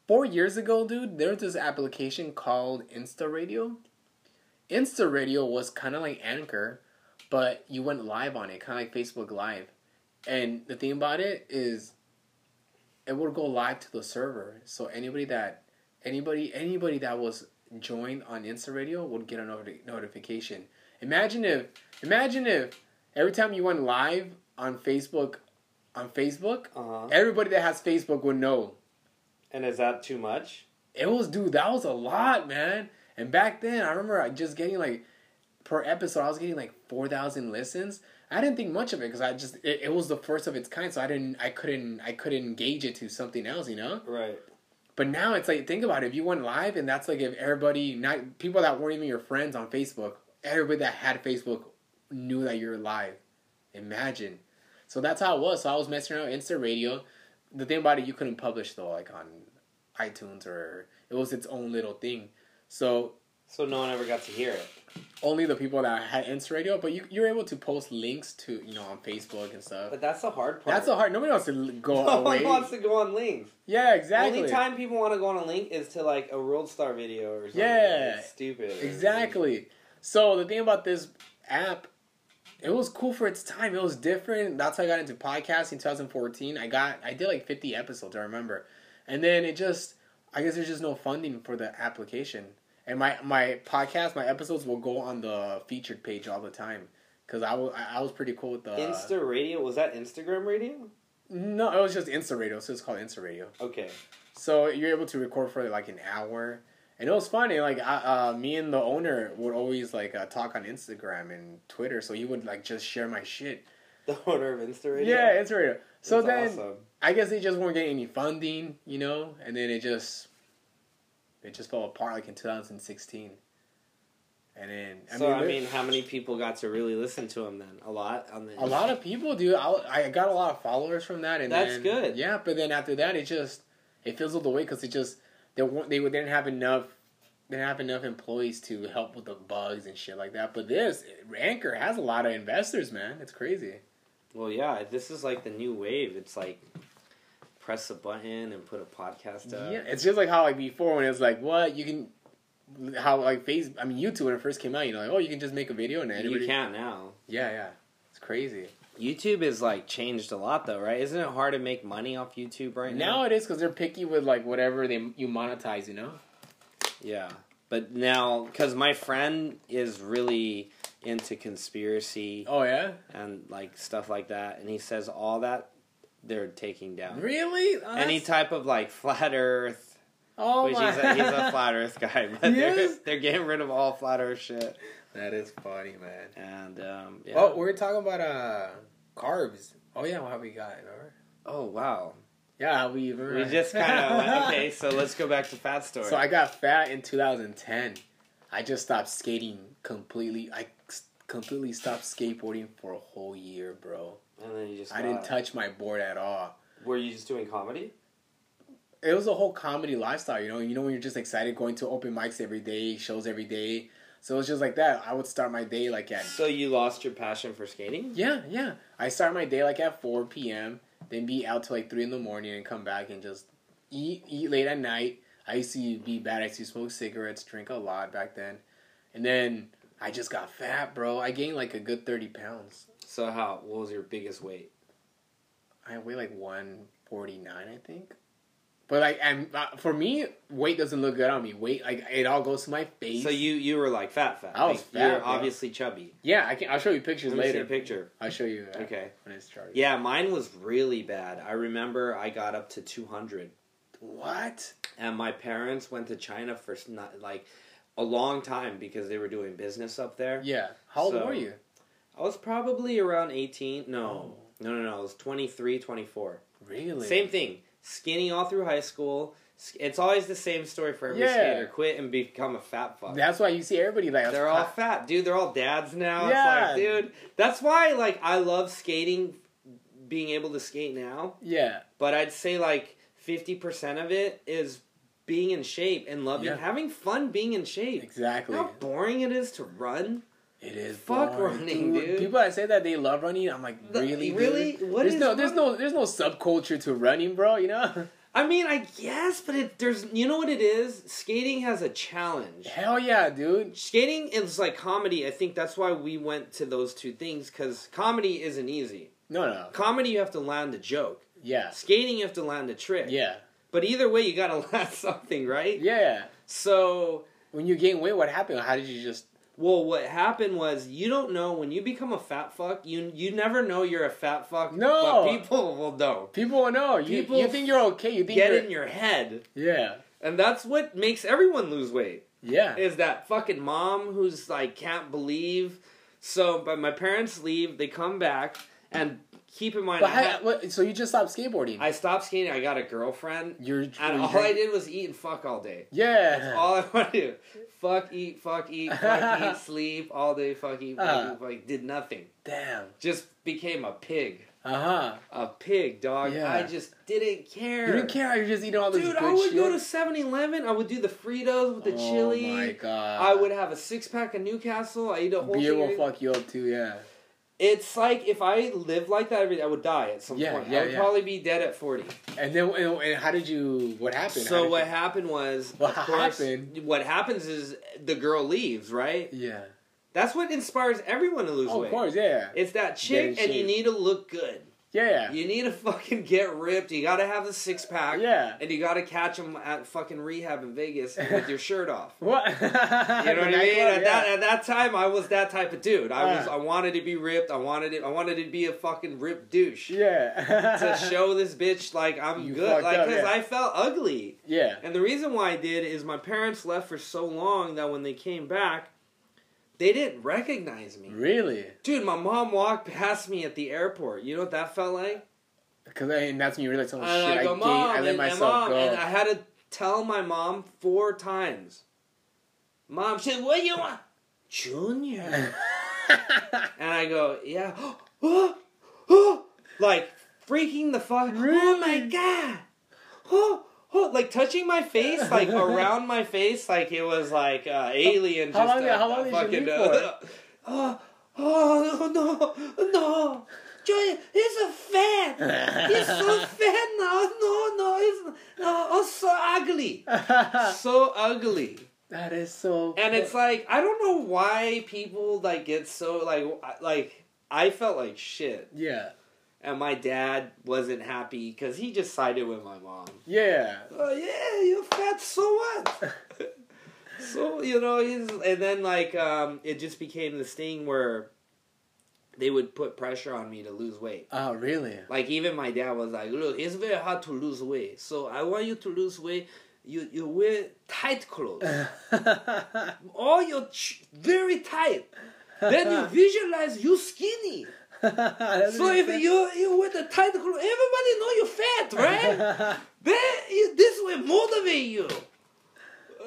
[SPEAKER 2] four years ago, dude. There was this application called Insta Radio. Insta Radio was kind of like Anchor, but you went live on it, kind of like Facebook Live. And the thing about it is, it would go live to the server. So anybody that anybody anybody that was joined on Insta Radio would get a noti- notification Imagine if, imagine if every time you went live on Facebook, on Facebook,
[SPEAKER 1] Uh-huh.
[SPEAKER 2] everybody that has Facebook would know.
[SPEAKER 1] And is that too much?
[SPEAKER 2] It was, dude, that was a lot, man. And back then, I remember I just getting like, per episode, I was getting like 4,000 listens. I didn't think much of it because I just, it, it was the first of its kind. So I didn't, I couldn't, I couldn't gauge it to something else, you know?
[SPEAKER 1] Right.
[SPEAKER 2] But now it's like, think about it. If you went live, and that's like if everybody, not people that weren't even your friends on Facebook, everybody that had Facebook knew that you're live. Imagine. So that's how it was. So I was messing around with Insta Radio. The thing about it, you couldn't publish though, like on iTunes or it was its own little thing. So
[SPEAKER 1] So no one ever got to hear it.
[SPEAKER 2] only the people that had Insta Radio, but you you're able to post links to you know on Facebook and stuff.
[SPEAKER 1] But that's the hard part.
[SPEAKER 2] That's a hard. Nobody wants to go
[SPEAKER 1] no
[SPEAKER 2] away.
[SPEAKER 1] one wants to go on links.
[SPEAKER 2] Yeah, exactly.
[SPEAKER 1] The only time people want to go on a link is to like a World Star video or something.
[SPEAKER 2] Yeah.
[SPEAKER 1] It's stupid.
[SPEAKER 2] Exactly. So the thing about this app, it was cool for its time. It was different. That's how I got into podcasting in 2014. I got I did like 50 episodes, I remember. And then it just I guess there's just no funding for the application. And my my podcast, my episodes will go on the featured page all the time cuz I wa- I I was pretty cool with the
[SPEAKER 1] Insta radio was that Instagram radio?
[SPEAKER 2] No, it was just Insta Radio, so it's called Insta Radio.
[SPEAKER 1] Okay.
[SPEAKER 2] So you're able to record for like an hour, and it was funny. Like I, uh, me and the owner would always like uh, talk on Instagram and Twitter, so he would like just share my shit.
[SPEAKER 1] The owner of Insta radio.
[SPEAKER 2] Yeah, it's radio. So
[SPEAKER 1] That's
[SPEAKER 2] then
[SPEAKER 1] awesome.
[SPEAKER 2] I guess they just weren't getting any funding, you know, and then it just it just fell apart like in 2016. And then I
[SPEAKER 1] so
[SPEAKER 2] mean,
[SPEAKER 1] I
[SPEAKER 2] there-
[SPEAKER 1] mean, how many people got to really listen to him then? A lot on the
[SPEAKER 2] a lot of people do. I, I got a lot of followers from that, and
[SPEAKER 1] That's
[SPEAKER 2] then-
[SPEAKER 1] good.
[SPEAKER 2] Yeah, but then after that, it just it fizzled away because it just they weren't they didn't have enough they didn't have enough employees to help with the bugs and shit like that. But this Anchor has a lot of investors, man. It's crazy.
[SPEAKER 1] Well, yeah, this is like the new wave. It's like press a button and put a podcast up.
[SPEAKER 2] Yeah, it's just like how like before when it was like what you can how like Facebook I mean YouTube when it first came out, you know, like oh you can just make a video and
[SPEAKER 1] you
[SPEAKER 2] everybody
[SPEAKER 1] can't now.
[SPEAKER 2] yeah yeah it's crazy.
[SPEAKER 1] YouTube is like changed a lot though, right? Isn't it hard to make money off YouTube right
[SPEAKER 2] Now it is because they're picky with like whatever they you monetize, you know.
[SPEAKER 1] Yeah. But now, because my friend is really into conspiracy
[SPEAKER 2] Oh yeah,
[SPEAKER 1] and like stuff like that, and he says all that they're taking down.
[SPEAKER 2] really? Oh,
[SPEAKER 1] Any
[SPEAKER 2] that's-
[SPEAKER 1] type of like flat earth,
[SPEAKER 2] Oh
[SPEAKER 1] which
[SPEAKER 2] my!
[SPEAKER 1] he's a, he's a flat earth guy, but
[SPEAKER 2] He
[SPEAKER 1] they're,
[SPEAKER 2] is?
[SPEAKER 1] they're getting rid of all flat earth shit.
[SPEAKER 2] that is funny, man.
[SPEAKER 1] And um, yeah.
[SPEAKER 2] Oh, we're talking about uh carbs. Oh yeah, what have we got? Or
[SPEAKER 1] oh wow.
[SPEAKER 2] yeah, we remember.
[SPEAKER 1] We just kind of okay. So let's go back to fat story.
[SPEAKER 2] So I got fat in 2010. I just stopped skating completely. I s- completely stopped skateboarding for a whole year, bro.
[SPEAKER 1] and then you just
[SPEAKER 2] I didn't
[SPEAKER 1] got-
[SPEAKER 2] touch my board at all.
[SPEAKER 1] Were you just doing comedy?
[SPEAKER 2] It was a whole comedy lifestyle, you know. You know when you're just excited, going to open mics every day, shows every day. So it was just like that. I would start my day like at
[SPEAKER 1] So you lost your passion for skating?
[SPEAKER 2] Yeah, yeah. I start my day like at 4 p.m., then be out till like 3 in the morning and come back and just eat, eat late at night. I used to be bad. I used to smoke cigarettes, drink a lot back then. And then I just got fat, bro. I gained like a good 30 pounds.
[SPEAKER 1] So how? What was your biggest weight?
[SPEAKER 2] I weigh like 149, I think. But like, I'm, uh, for me, weight doesn't look good on me. Weight, like, it all goes to my face.
[SPEAKER 1] So you you were like fat, fat.
[SPEAKER 2] I was
[SPEAKER 1] Like,
[SPEAKER 2] fat,
[SPEAKER 1] You're
[SPEAKER 2] bro.
[SPEAKER 1] obviously chubby.
[SPEAKER 2] yeah, I can, I'll show you pictures
[SPEAKER 1] Let me see a
[SPEAKER 2] later.
[SPEAKER 1] picture.
[SPEAKER 2] I'll show you. uh,
[SPEAKER 1] Okay.
[SPEAKER 2] When it's charged.
[SPEAKER 1] Yeah, mine was really bad. I remember I got up to two hundred,
[SPEAKER 2] What?
[SPEAKER 1] and my parents went to China for s- not like a long time because they were doing business up there.
[SPEAKER 2] Yeah. How old
[SPEAKER 1] So-
[SPEAKER 2] were you?
[SPEAKER 1] I was probably around eighteen. No, no, no, no. I was 23, 24.
[SPEAKER 2] Oh. Really?
[SPEAKER 1] Same thing. Skinny all through high school. S- It's always the same story for every
[SPEAKER 2] Yeah.
[SPEAKER 1] skater. Quit and become a fat fuck.
[SPEAKER 2] That's why you see everybody like
[SPEAKER 1] They're all fat, dude. They're all dads now.
[SPEAKER 2] Yeah.
[SPEAKER 1] It's like, dude, that's why like I love skating, being able to skate now.
[SPEAKER 2] yeah,
[SPEAKER 1] But I'd say like fifty percent of it is being in shape and loving,
[SPEAKER 2] Yeah.
[SPEAKER 1] having fun, being in shape.
[SPEAKER 2] exactly.
[SPEAKER 1] How boring it is to run.
[SPEAKER 2] It is
[SPEAKER 1] Fuck
[SPEAKER 2] boring,
[SPEAKER 1] running, dude.
[SPEAKER 2] People that say that they love running, I'm like,
[SPEAKER 1] The-
[SPEAKER 2] really,
[SPEAKER 1] really?
[SPEAKER 2] dude?
[SPEAKER 1] What
[SPEAKER 2] there's
[SPEAKER 1] is
[SPEAKER 2] no, there's
[SPEAKER 1] running?
[SPEAKER 2] no, there's no subculture to running, bro. You know?
[SPEAKER 1] I mean, I guess, but it, there's you know what it is. Skating has a challenge.
[SPEAKER 2] Hell yeah, dude.
[SPEAKER 1] skating is like comedy. I think that's why we went to those two things because comedy isn't easy.
[SPEAKER 2] No, no,
[SPEAKER 1] Comedy, you have to land a joke.
[SPEAKER 2] yeah,
[SPEAKER 1] Skating, you have to land a trick.
[SPEAKER 2] yeah,
[SPEAKER 1] But either way, you gotta land something, right?
[SPEAKER 2] yeah.
[SPEAKER 1] So
[SPEAKER 2] When you gain weight, what happened? How did you just
[SPEAKER 1] Well, what happened was you don't know when you become a fat fuck. You you never know you're a fat fuck.
[SPEAKER 2] No.
[SPEAKER 1] but people will know.
[SPEAKER 2] People will know. You,
[SPEAKER 1] People
[SPEAKER 2] you think you're okay. You think
[SPEAKER 1] Get
[SPEAKER 2] you're,
[SPEAKER 1] in your head,
[SPEAKER 2] Yeah.
[SPEAKER 1] and that's what makes everyone lose weight.
[SPEAKER 2] Yeah.
[SPEAKER 1] Is that fucking mom who's like can't believe? So, but my parents leave. They come back, and keep in mind,
[SPEAKER 2] but
[SPEAKER 1] I,
[SPEAKER 2] how,
[SPEAKER 1] had-
[SPEAKER 2] what, so you just stopped skateboarding.
[SPEAKER 1] I stopped skating. I got a girlfriend,
[SPEAKER 2] you're,
[SPEAKER 1] and
[SPEAKER 2] you're-
[SPEAKER 1] all I did was eat and fuck all day.
[SPEAKER 2] Yeah.
[SPEAKER 1] All I want to do, fuck, eat, fuck, eat, fuck, eat, sleep all day, fuck, eat, fuck,
[SPEAKER 2] Uh-huh.
[SPEAKER 1] eat, fuck, eat, did nothing.
[SPEAKER 2] Damn.
[SPEAKER 1] Just became a pig.
[SPEAKER 2] Uh huh.
[SPEAKER 1] A pig, dog.
[SPEAKER 2] Yeah.
[SPEAKER 1] I just didn't care.
[SPEAKER 2] You didn't care. how You're just eating all this
[SPEAKER 1] Dude,
[SPEAKER 2] good
[SPEAKER 1] I would
[SPEAKER 2] shit.
[SPEAKER 1] go to 7 Eleven. I would do the Fritos with the
[SPEAKER 2] oh
[SPEAKER 1] chili.
[SPEAKER 2] my god.
[SPEAKER 1] I would have a six pack of Newcastle. I eat a whole
[SPEAKER 2] Beer
[SPEAKER 1] thing.
[SPEAKER 2] will fuck you up too. Yeah.
[SPEAKER 1] It's like if I lived like that every day, I would die at some
[SPEAKER 2] Yeah,
[SPEAKER 1] point.
[SPEAKER 2] yeah,
[SPEAKER 1] I would
[SPEAKER 2] yeah.
[SPEAKER 1] probably be dead at 40.
[SPEAKER 2] And then and, and how did you? What happened? How
[SPEAKER 1] So
[SPEAKER 2] did
[SPEAKER 1] what happened was,
[SPEAKER 2] What
[SPEAKER 1] of course,
[SPEAKER 2] happened?
[SPEAKER 1] what happens is the girl leaves, right?
[SPEAKER 2] You, yeah.
[SPEAKER 1] That's what inspires everyone to lose
[SPEAKER 2] Oh,
[SPEAKER 1] weight.
[SPEAKER 2] of course. Yeah.
[SPEAKER 1] It's that
[SPEAKER 2] Get in
[SPEAKER 1] chick, and you
[SPEAKER 2] shape.
[SPEAKER 1] need to look good.
[SPEAKER 2] Yeah.
[SPEAKER 1] You need to fucking get ripped. You gotta have the six pack.
[SPEAKER 2] Yeah.
[SPEAKER 1] And you gotta catch them at fucking rehab in Vegas with your shirt off.
[SPEAKER 2] What? you
[SPEAKER 1] You know what I mean? at, that, at that time, I was that type of dude. I was.
[SPEAKER 2] Yeah.
[SPEAKER 1] I wanted to be ripped. I wanted it. I wanted to be a fucking ripped douche
[SPEAKER 2] yeah.
[SPEAKER 1] to show this bitch like I'm
[SPEAKER 2] You
[SPEAKER 1] good.
[SPEAKER 2] fucked
[SPEAKER 1] Like
[SPEAKER 2] up,
[SPEAKER 1] because
[SPEAKER 2] yeah.
[SPEAKER 1] I felt ugly.
[SPEAKER 2] Yeah.
[SPEAKER 1] And the reason why I did is my parents left for so long that when they came back, they didn't recognize me.
[SPEAKER 2] Really?
[SPEAKER 1] Dude, my mom walked past me at the airport. You know what that felt like?
[SPEAKER 2] Because I and that's when you realize, oh
[SPEAKER 1] and
[SPEAKER 2] shit,
[SPEAKER 1] I
[SPEAKER 2] I,
[SPEAKER 1] go,
[SPEAKER 2] gave-
[SPEAKER 1] mom,
[SPEAKER 2] I let
[SPEAKER 1] and, and
[SPEAKER 2] myself
[SPEAKER 1] mom,
[SPEAKER 2] go.
[SPEAKER 1] and I had to tell my mom four times. Mom, she said, "What do you want, Junior?" and I go, "Yeah." Oh, like freaking the fuck. Oh my
[SPEAKER 2] Really?
[SPEAKER 1] god. Oh, oh, like touching my face, like around my face, like it was like uh, alien.
[SPEAKER 2] How
[SPEAKER 1] just
[SPEAKER 2] long-
[SPEAKER 1] a-
[SPEAKER 2] how long
[SPEAKER 1] a
[SPEAKER 2] did you
[SPEAKER 1] fucking,
[SPEAKER 2] leave
[SPEAKER 1] uh, oh, oh no, no, no. Junior, he's a fan. He's so fat now. No, no, he's no, oh, so ugly. So ugly.
[SPEAKER 2] that is so.
[SPEAKER 1] And it's like I don't know why people like get so like I- like I felt like shit,
[SPEAKER 2] yeah,
[SPEAKER 1] and my dad wasn't happy because he just sided with my mom.
[SPEAKER 2] yeah,
[SPEAKER 1] Oh yeah, you're fat. So what? so you know he's and then like um it just became this thing where they would put pressure on me to lose weight.
[SPEAKER 2] oh really?
[SPEAKER 1] Like even my dad was like, "Look, it's very hard to lose weight. So I want you to lose weight. You you wear tight clothes, all your ch- very tight. Then you visualize you skinny. So if you you wear the tight clothes, everybody know you fat, right? then you, this will motivate you.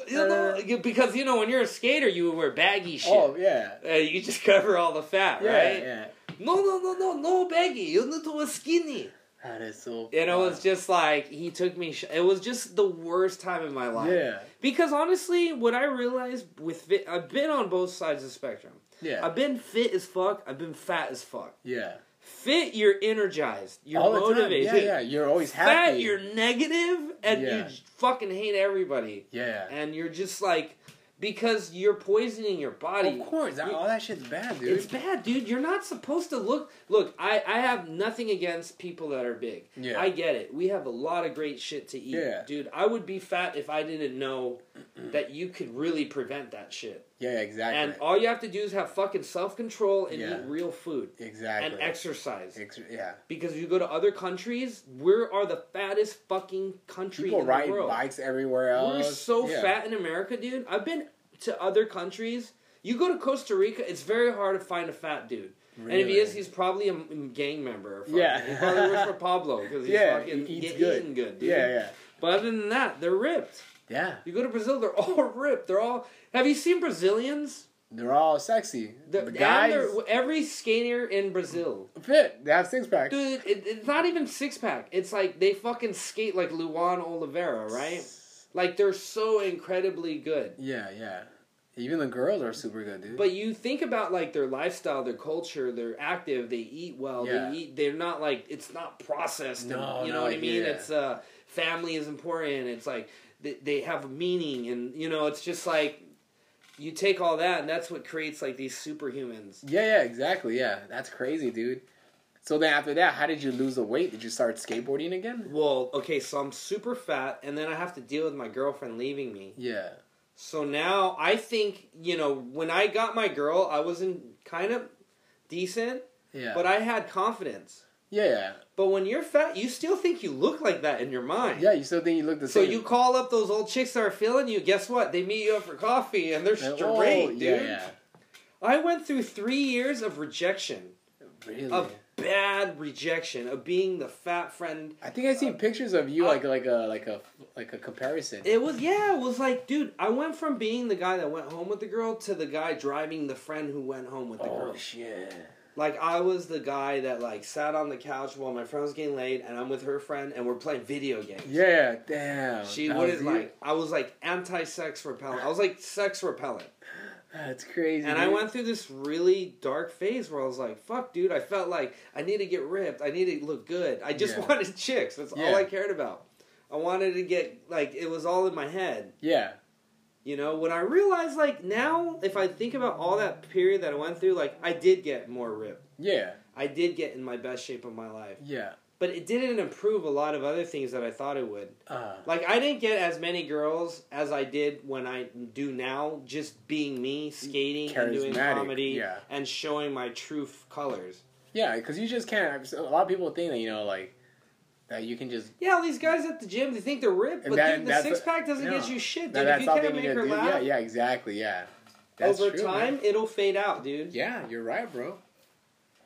[SPEAKER 1] You know, you- because you know when you're a skater, you wear baggy shit.
[SPEAKER 2] Uh, oh yeah,
[SPEAKER 1] Uh, you just cover all the fat,
[SPEAKER 2] yeah,
[SPEAKER 1] right?
[SPEAKER 2] yeah,
[SPEAKER 1] No, no, no, no, no baggy. You need to wear skinny.
[SPEAKER 2] that is so.
[SPEAKER 1] And it
[SPEAKER 2] fun.
[SPEAKER 1] was just like he took me. Sh- it was just the worst time in my life.
[SPEAKER 2] yeah,
[SPEAKER 1] Because honestly, what I realized with fit, I've been on both sides of the spectrum.
[SPEAKER 2] yeah,
[SPEAKER 1] I've been fit as fuck. I've been fat as fuck.
[SPEAKER 2] yeah.
[SPEAKER 1] Fit, you're energized. You're
[SPEAKER 2] All the time.
[SPEAKER 1] motivated.
[SPEAKER 2] Yeah, yeah. You're always
[SPEAKER 1] Fat,
[SPEAKER 2] happy.
[SPEAKER 1] you're negative, and you
[SPEAKER 2] Yeah.
[SPEAKER 1] j- fucking hate everybody.
[SPEAKER 2] yeah.
[SPEAKER 1] And you're just like because you're poisoning your body.
[SPEAKER 2] Of course, that,
[SPEAKER 1] You-
[SPEAKER 2] all that shit's bad, dude.
[SPEAKER 1] it's bad, dude. You're not supposed to look. Look, I, I have nothing against people that are big.
[SPEAKER 2] Yeah.
[SPEAKER 1] I get it. We have a lot of great shit to eat.
[SPEAKER 2] Yeah.
[SPEAKER 1] Dude, I would be fat if I didn't know that you could really prevent that shit.
[SPEAKER 2] yeah,
[SPEAKER 1] And
[SPEAKER 2] exactly.
[SPEAKER 1] all you have to do is have fucking self control and
[SPEAKER 2] Yeah.
[SPEAKER 1] eat real food
[SPEAKER 2] exactly.
[SPEAKER 1] and exercise.
[SPEAKER 2] Ex- yeah.
[SPEAKER 1] Because you go to other countries, we are the fattest fucking country
[SPEAKER 2] People
[SPEAKER 1] in
[SPEAKER 2] ride
[SPEAKER 1] the world.
[SPEAKER 2] bikes everywhere else.
[SPEAKER 1] We're so
[SPEAKER 2] Yeah.
[SPEAKER 1] fat in America, dude. I've been to other countries. You go to Costa Rica, it's very hard to find a fat dude. And if he
[SPEAKER 2] Really?
[SPEAKER 1] is, he's probably a m- gang member. or fucking-
[SPEAKER 2] Yeah.
[SPEAKER 1] he probably works for Pablo because he's
[SPEAKER 2] Yeah,
[SPEAKER 1] fucking
[SPEAKER 2] he eats
[SPEAKER 1] get-
[SPEAKER 2] good.
[SPEAKER 1] eating good, dude.
[SPEAKER 2] Yeah, yeah,
[SPEAKER 1] But other than that, they're ripped.
[SPEAKER 2] yeah.
[SPEAKER 1] You go to Brazil, they're all ripped. They're all. Have you seen Brazilians?
[SPEAKER 2] They're all sexy.
[SPEAKER 1] The,
[SPEAKER 2] The,
[SPEAKER 1] and
[SPEAKER 2] guys
[SPEAKER 1] they're- every skater in Brazil,
[SPEAKER 2] fit. They have six pack.
[SPEAKER 1] dude. It, it's not even six pack. It's like they fucking skate like Luan Oliveira, right? Like they're so incredibly good.
[SPEAKER 2] Yeah, yeah. Even the girls are super good, dude.
[SPEAKER 1] But you think about like their lifestyle, their culture, they're active, they eat well,
[SPEAKER 2] Yeah.
[SPEAKER 1] they eat they're not like it's not processed.
[SPEAKER 2] No,
[SPEAKER 1] and, you know
[SPEAKER 2] no,
[SPEAKER 1] what I mean?
[SPEAKER 2] yeah.
[SPEAKER 1] It's uh family is important. It's like they, they have a meaning and you know, it's just like you take all that and that's what creates like these superhumans.
[SPEAKER 2] yeah, yeah, exactly. Yeah, that's crazy, dude. So then after that, how did you lose the weight? Did you start skateboarding again?
[SPEAKER 1] Well, okay, so I'm super fat and then I have to deal with my girlfriend leaving me.
[SPEAKER 2] Yeah.
[SPEAKER 1] So now I think, you know, when I got my girl, I was in kind of decent,
[SPEAKER 2] Yeah.
[SPEAKER 1] but I had confidence.
[SPEAKER 2] yeah, yeah.
[SPEAKER 1] But when you're fat, you still think you look like that in your mind.
[SPEAKER 2] Yeah, you still think you look the
[SPEAKER 1] So
[SPEAKER 2] same.
[SPEAKER 1] you call up those old chicks that are feeling you. Guess what? They meet you up for coffee, and they're
[SPEAKER 2] And-
[SPEAKER 1] straight,
[SPEAKER 2] oh,
[SPEAKER 1] dude.
[SPEAKER 2] Yeah, yeah.
[SPEAKER 1] I went through three years of rejection,
[SPEAKER 2] Really?
[SPEAKER 1] of bad rejection, of being the fat friend.
[SPEAKER 2] I think I seen pictures of you
[SPEAKER 1] uh,
[SPEAKER 2] like like a like a like a comparison.
[SPEAKER 1] It was yeah, it was like, dude, I went from being the guy that went home with the girl to the guy driving the friend who went home with the
[SPEAKER 2] Oh,
[SPEAKER 1] girl.
[SPEAKER 2] shit.
[SPEAKER 1] Like I was the guy that like sat on the couch while my friend was getting laid, and I'm with her friend, and we're playing video games.
[SPEAKER 2] Yeah, damn.
[SPEAKER 1] She
[SPEAKER 2] That was
[SPEAKER 1] wouldn't
[SPEAKER 2] you?
[SPEAKER 1] like. I was like anti-sex repellent. I was like sex repellent.
[SPEAKER 2] That's crazy.
[SPEAKER 1] And I
[SPEAKER 2] dude.
[SPEAKER 1] went through this really dark phase where I was like, fuck, dude, I felt like I need to get ripped. I need to look good. I just
[SPEAKER 2] Yeah.
[SPEAKER 1] wanted chicks. That's all
[SPEAKER 2] Yeah.
[SPEAKER 1] I cared about. I wanted to get, like, it was all in my head.
[SPEAKER 2] Yeah.
[SPEAKER 1] You know, when I realized, like, now, if I think about all that period that I went through, like, I did get more ripped.
[SPEAKER 2] Yeah.
[SPEAKER 1] I did get in my best shape of my life.
[SPEAKER 2] Yeah.
[SPEAKER 1] But it didn't improve a lot of other things that I thought it would.
[SPEAKER 2] Uh,
[SPEAKER 1] Like, I didn't get as many girls as I did when I do now, just being me, skating, and doing
[SPEAKER 2] Charismatic,
[SPEAKER 1] comedy,
[SPEAKER 2] yeah.
[SPEAKER 1] and showing my true f- colors.
[SPEAKER 2] yeah, because you just can't. A lot of people think that you know, like that you can just.
[SPEAKER 1] Yeah, all these guys at the gym, they think they're ripped,
[SPEAKER 2] And
[SPEAKER 1] but
[SPEAKER 2] that-
[SPEAKER 1] dude, the
[SPEAKER 2] that's-
[SPEAKER 1] six pack doesn't
[SPEAKER 2] no.
[SPEAKER 1] get you shit,
[SPEAKER 2] that
[SPEAKER 1] dude. if
[SPEAKER 2] that's
[SPEAKER 1] you
[SPEAKER 2] all they
[SPEAKER 1] can't
[SPEAKER 2] can
[SPEAKER 1] make
[SPEAKER 2] do.
[SPEAKER 1] her
[SPEAKER 2] Yeah,
[SPEAKER 1] laugh,
[SPEAKER 2] yeah, exactly. Yeah. That's
[SPEAKER 1] over
[SPEAKER 2] true,
[SPEAKER 1] time,
[SPEAKER 2] man.
[SPEAKER 1] it'll fade out, dude.
[SPEAKER 2] Yeah, you're right, bro.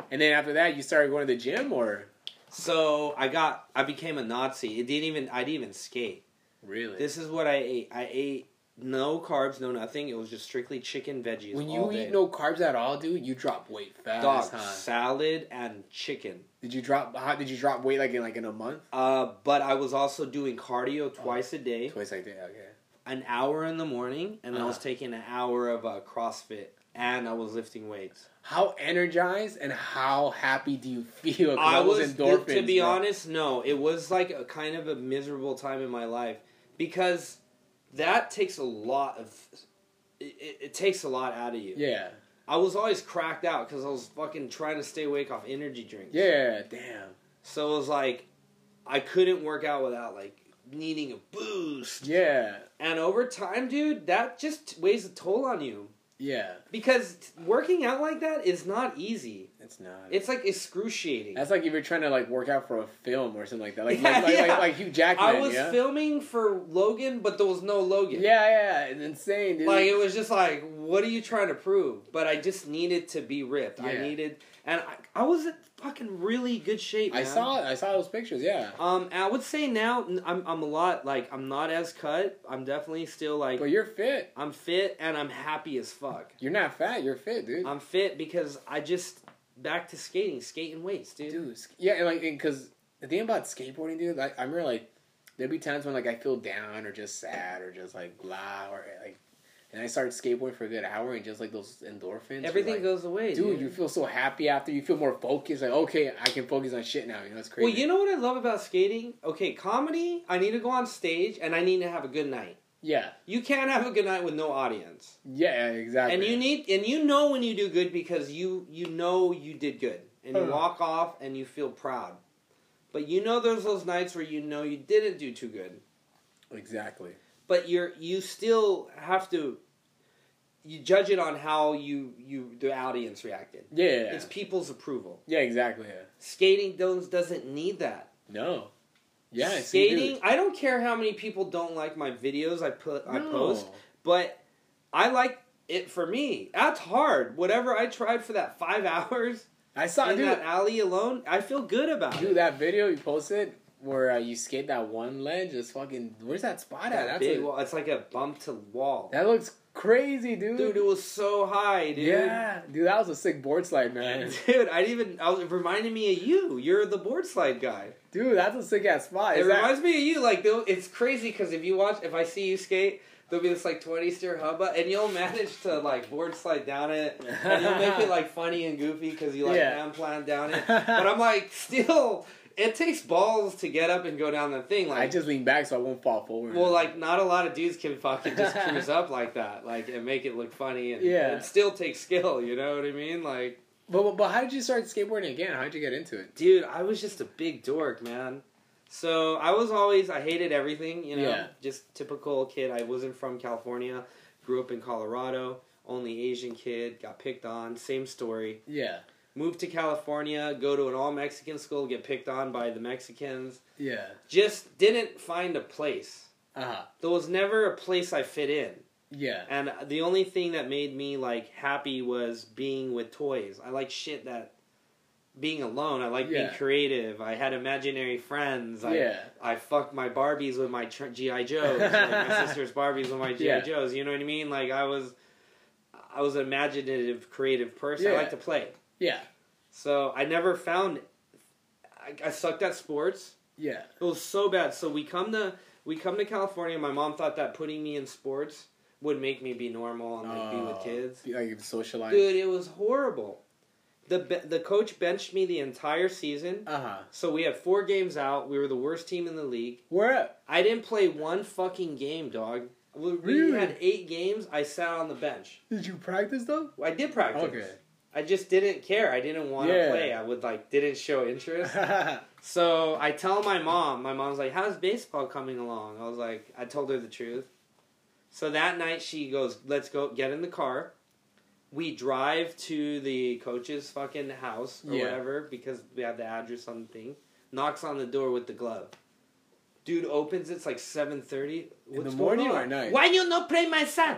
[SPEAKER 2] And then after that, you started going to the gym, or
[SPEAKER 1] So I got, I became a Nazi. It didn't even, I didn't even skate.
[SPEAKER 2] really?
[SPEAKER 1] This is what I ate. I ate no carbs, no nothing. It was just strictly chicken veggies.
[SPEAKER 2] when
[SPEAKER 1] all
[SPEAKER 2] you
[SPEAKER 1] day.
[SPEAKER 2] eat no carbs at all, dude, you drop weight fast.
[SPEAKER 1] dog
[SPEAKER 2] huh?
[SPEAKER 1] salad and chicken.
[SPEAKER 2] Did you drop? How did you drop weight like in like in a month?
[SPEAKER 1] Uh, but I was also doing cardio twice a day,
[SPEAKER 2] Twice like that. Okay.
[SPEAKER 1] an hour in the morning, and I was
[SPEAKER 2] Uh-huh.
[SPEAKER 1] taking an hour of uh, CrossFit, and I was lifting weights.
[SPEAKER 2] How energized and how happy do you feel? 'Cause
[SPEAKER 1] I
[SPEAKER 2] that
[SPEAKER 1] was
[SPEAKER 2] endorphins.
[SPEAKER 1] to be
[SPEAKER 2] bro.
[SPEAKER 1] honest, no. It was like a kind of a miserable time in my life because that takes a lot of it, it, it takes a lot out of you.
[SPEAKER 2] Yeah.
[SPEAKER 1] I was always cracked out because I was fucking trying to stay awake off energy drinks.
[SPEAKER 2] Yeah. Damn.
[SPEAKER 1] So it was like I couldn't work out without like needing a boost.
[SPEAKER 2] Yeah.
[SPEAKER 1] And over time, dude, that just weighs a toll on you
[SPEAKER 2] Yeah.
[SPEAKER 1] because t- working out like that is not easy.
[SPEAKER 2] It's not.
[SPEAKER 1] It's like excruciating.
[SPEAKER 2] That's like if you're trying to like work out for a film or something like that. Like
[SPEAKER 1] Yeah,
[SPEAKER 2] like, like,
[SPEAKER 1] yeah.
[SPEAKER 2] like Hugh Jackman.
[SPEAKER 1] I was
[SPEAKER 2] yeah?
[SPEAKER 1] filming for Logan, but there was no Logan.
[SPEAKER 2] yeah. Yeah. It's insane, dude.
[SPEAKER 1] Like it was just like, what are you trying to prove? But I just needed to be ripped. I
[SPEAKER 2] Yeah.
[SPEAKER 1] needed, and I, I was in fucking really good shape.
[SPEAKER 2] I
[SPEAKER 1] man.
[SPEAKER 2] saw. I saw those pictures. Yeah.
[SPEAKER 1] Um, and I would say now n- I'm I'm a lot like I'm not as cut. I'm definitely still like
[SPEAKER 2] But you're fit.
[SPEAKER 1] I'm fit and I'm happy as fuck.
[SPEAKER 2] You're not fat. You're fit, dude.
[SPEAKER 1] I'm fit because I just back to skating, skating weights, dude.
[SPEAKER 2] dude. sk- Yeah, and like, because the thing about skateboarding, dude, like, I remember like there'd be times when like I feel down or just sad or just like blah or eh, like, and I started skateboarding for a good hour and just like those endorphins. were,
[SPEAKER 1] Everything
[SPEAKER 2] like,
[SPEAKER 1] goes away,
[SPEAKER 2] Dude, you feel so happy after. You feel more focused. Like, okay, I can focus on shit now. You know, it's crazy.
[SPEAKER 1] Well, you know what I love about skating? Okay, comedy, I need to go on stage and I need to have a good night.
[SPEAKER 2] yeah,
[SPEAKER 1] You can't have a good night with no audience.
[SPEAKER 2] yeah, exactly.
[SPEAKER 1] and you need and you know when you do good because you you know you did good and you
[SPEAKER 2] Uh.
[SPEAKER 1] walk off and you feel proud but you know there's those nights where you know you didn't do too good
[SPEAKER 2] exactly.
[SPEAKER 1] but you're you still have to you judge it on how you you the audience reacted
[SPEAKER 2] Yeah,
[SPEAKER 1] it's people's approval
[SPEAKER 2] yeah, exactly. Yeah.
[SPEAKER 1] skating does doesn't need that
[SPEAKER 2] No, yeah, I see, dude.
[SPEAKER 1] skating i don't care how many people don't like my videos i put i
[SPEAKER 2] No.
[SPEAKER 1] post but I like it for me. That's hard. Whatever I tried for that five hours
[SPEAKER 2] I saw,
[SPEAKER 1] in
[SPEAKER 2] dude.
[SPEAKER 1] that alley alone, I feel good about
[SPEAKER 2] Dude,
[SPEAKER 1] it.
[SPEAKER 2] that video you posted where uh, you skate that one ledge is fucking. Where's that spot at?
[SPEAKER 1] That
[SPEAKER 2] That's
[SPEAKER 1] big
[SPEAKER 2] a-
[SPEAKER 1] wall. It's like a bump to wall.
[SPEAKER 2] that looks crazy, dude.
[SPEAKER 1] Dude, it was so high, dude.
[SPEAKER 2] Yeah, dude, that was a sick board slide, man.
[SPEAKER 1] Dude, I didn't even. I was, it reminded me of you. You're the board slide guy.
[SPEAKER 2] Dude, that's a sick ass spot.
[SPEAKER 1] It
[SPEAKER 2] Is that-
[SPEAKER 1] reminds me of you. Like, though, it's crazy because if you watch, if I see you skate, there'll be this like 20 stir hubba, and you'll manage to like board slide down it, and you'll make it like funny and goofy because you like
[SPEAKER 2] Yeah.
[SPEAKER 1] hand plan down it. But I'm like, still, it takes balls to get up and go down the thing.
[SPEAKER 2] I
[SPEAKER 1] Like,
[SPEAKER 2] just lean back so I won't fall forward.
[SPEAKER 1] well, like not a lot of dudes can fucking just cruise up like that, like and make it look funny, and
[SPEAKER 2] Yeah.
[SPEAKER 1] it still takes skill. You know what I mean? Like,
[SPEAKER 2] but, but but how did you start skateboarding again? How did you get into it?
[SPEAKER 1] dude, I was just a big dork, man. So I was always I hated everything, you know,
[SPEAKER 2] Yeah.
[SPEAKER 1] just typical kid. I wasn't from California, grew up in Colorado, only Asian kid, got picked on, same story.
[SPEAKER 2] Yeah.
[SPEAKER 1] Moved to California, go to an all Mexican school, get picked on by the Mexicans.
[SPEAKER 2] Yeah.
[SPEAKER 1] Just didn't find a place.
[SPEAKER 2] Uh huh.
[SPEAKER 1] There was never a place I fit in.
[SPEAKER 2] Yeah.
[SPEAKER 1] And the only thing that made me like happy was being with toys. I like shit that being alone. I like being
[SPEAKER 2] Yeah.
[SPEAKER 1] creative. I had imaginary friends. I
[SPEAKER 2] Yeah.
[SPEAKER 1] I fucked my Barbies with my tr- GI Joes. like my sister's Barbies with my GI
[SPEAKER 2] Yeah.
[SPEAKER 1] Joes. You know what I mean? Like I was, I was an imaginative, creative person. I
[SPEAKER 2] Yeah.
[SPEAKER 1] like to play.
[SPEAKER 2] Yeah.
[SPEAKER 1] So I never found. I, I sucked at sports.
[SPEAKER 2] Yeah.
[SPEAKER 1] It was so bad. So we come to we come to California. My mom thought that putting me in sports would make me be normal and like, be with
[SPEAKER 2] Oh.
[SPEAKER 1] kids.
[SPEAKER 2] Be Like socialize.
[SPEAKER 1] Dude, it was horrible. The be- the coach benched me the entire season.
[SPEAKER 2] Uh huh.
[SPEAKER 1] So we had four games out. We were the worst team in the league.
[SPEAKER 2] We're up.
[SPEAKER 1] I didn't play one fucking game, dog. We really?
[SPEAKER 2] Really?
[SPEAKER 1] had eight games. I sat on the bench.
[SPEAKER 2] Did you practice though?
[SPEAKER 1] I did practice.
[SPEAKER 2] Okay.
[SPEAKER 1] I just didn't care. I didn't want to
[SPEAKER 2] Yeah.
[SPEAKER 1] play. I would like didn't show interest.
[SPEAKER 2] yeah.
[SPEAKER 1] So I tell my mom. My mom's like, "How's baseball coming along?" I was like, I told her the truth. So that night she goes, "Let's go get in the car." We drive to the coach's fucking house or
[SPEAKER 2] Yeah.
[SPEAKER 1] whatever because we have the address on the thing. Knocks on the door with the glove. Dude opens. It's like seven thirty.
[SPEAKER 2] the
[SPEAKER 1] What's
[SPEAKER 2] morning
[SPEAKER 1] going
[SPEAKER 2] or
[SPEAKER 1] on?
[SPEAKER 2] night?
[SPEAKER 1] Why you not play my son?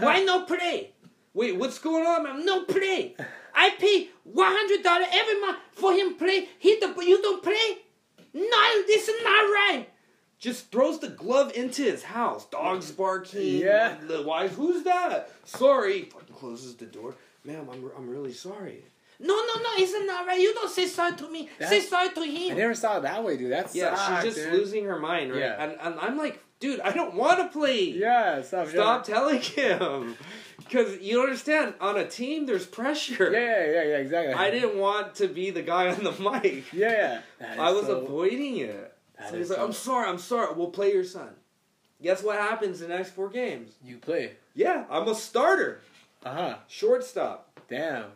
[SPEAKER 1] Why no play? Wait, what's going on, man? No play. I pay one hundred dollar every month for him play. He the you don't play. No, this is not right. Just throws the glove into his house. Dogs barking.
[SPEAKER 2] Yeah.
[SPEAKER 1] The wife, who's that? Sorry. Fucking closes the door. Ma'am, I'm I'm really sorry. No, no, no, it's not right. You don't say sorry to me. say
[SPEAKER 2] That's-
[SPEAKER 1] sorry to
[SPEAKER 2] I
[SPEAKER 1] him.
[SPEAKER 2] never saw it that way, dude. That's
[SPEAKER 1] yeah, she's just losing her mind, right?
[SPEAKER 2] Yeah.
[SPEAKER 1] And, and I'm like, dude, I don't want to play.
[SPEAKER 2] Yeah. Stop.
[SPEAKER 1] Stop telling him. Because you don't understand, on a team, there's pressure.
[SPEAKER 2] Yeah. Yeah. Yeah. yeah exactly.
[SPEAKER 1] I didn't want to be the guy on the mic.
[SPEAKER 2] Yeah. yeah. That is
[SPEAKER 1] I was
[SPEAKER 2] so-
[SPEAKER 1] avoiding it.
[SPEAKER 2] That
[SPEAKER 1] So he's
[SPEAKER 2] is
[SPEAKER 1] like,
[SPEAKER 2] so-
[SPEAKER 1] I'm sorry, I'm sorry. We'll play your son. Guess what happens the next four games?
[SPEAKER 2] You play.
[SPEAKER 1] Yeah, I'm a starter,
[SPEAKER 2] Uh huh.
[SPEAKER 1] shortstop.
[SPEAKER 2] Damn.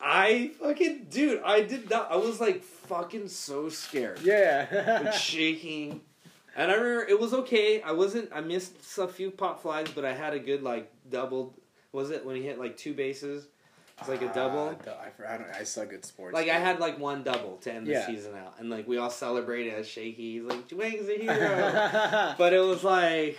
[SPEAKER 1] I fucking, dude, I did not. I was like fucking so scared.
[SPEAKER 2] Yeah.
[SPEAKER 1] and shaking. And I remember it was okay. I wasn't. I missed a few pop flies, but I had a good like double. Was it when he hit like two bases? It's like a
[SPEAKER 2] Ah,
[SPEAKER 1] double.
[SPEAKER 2] du- I, for- I, don't, I suck at sports.
[SPEAKER 1] Like I
[SPEAKER 2] dude.
[SPEAKER 1] had like one double to end the
[SPEAKER 2] Yeah.
[SPEAKER 1] season out, and like we all celebrated as shaky. He's like, Dwayne's a hero. but it was like,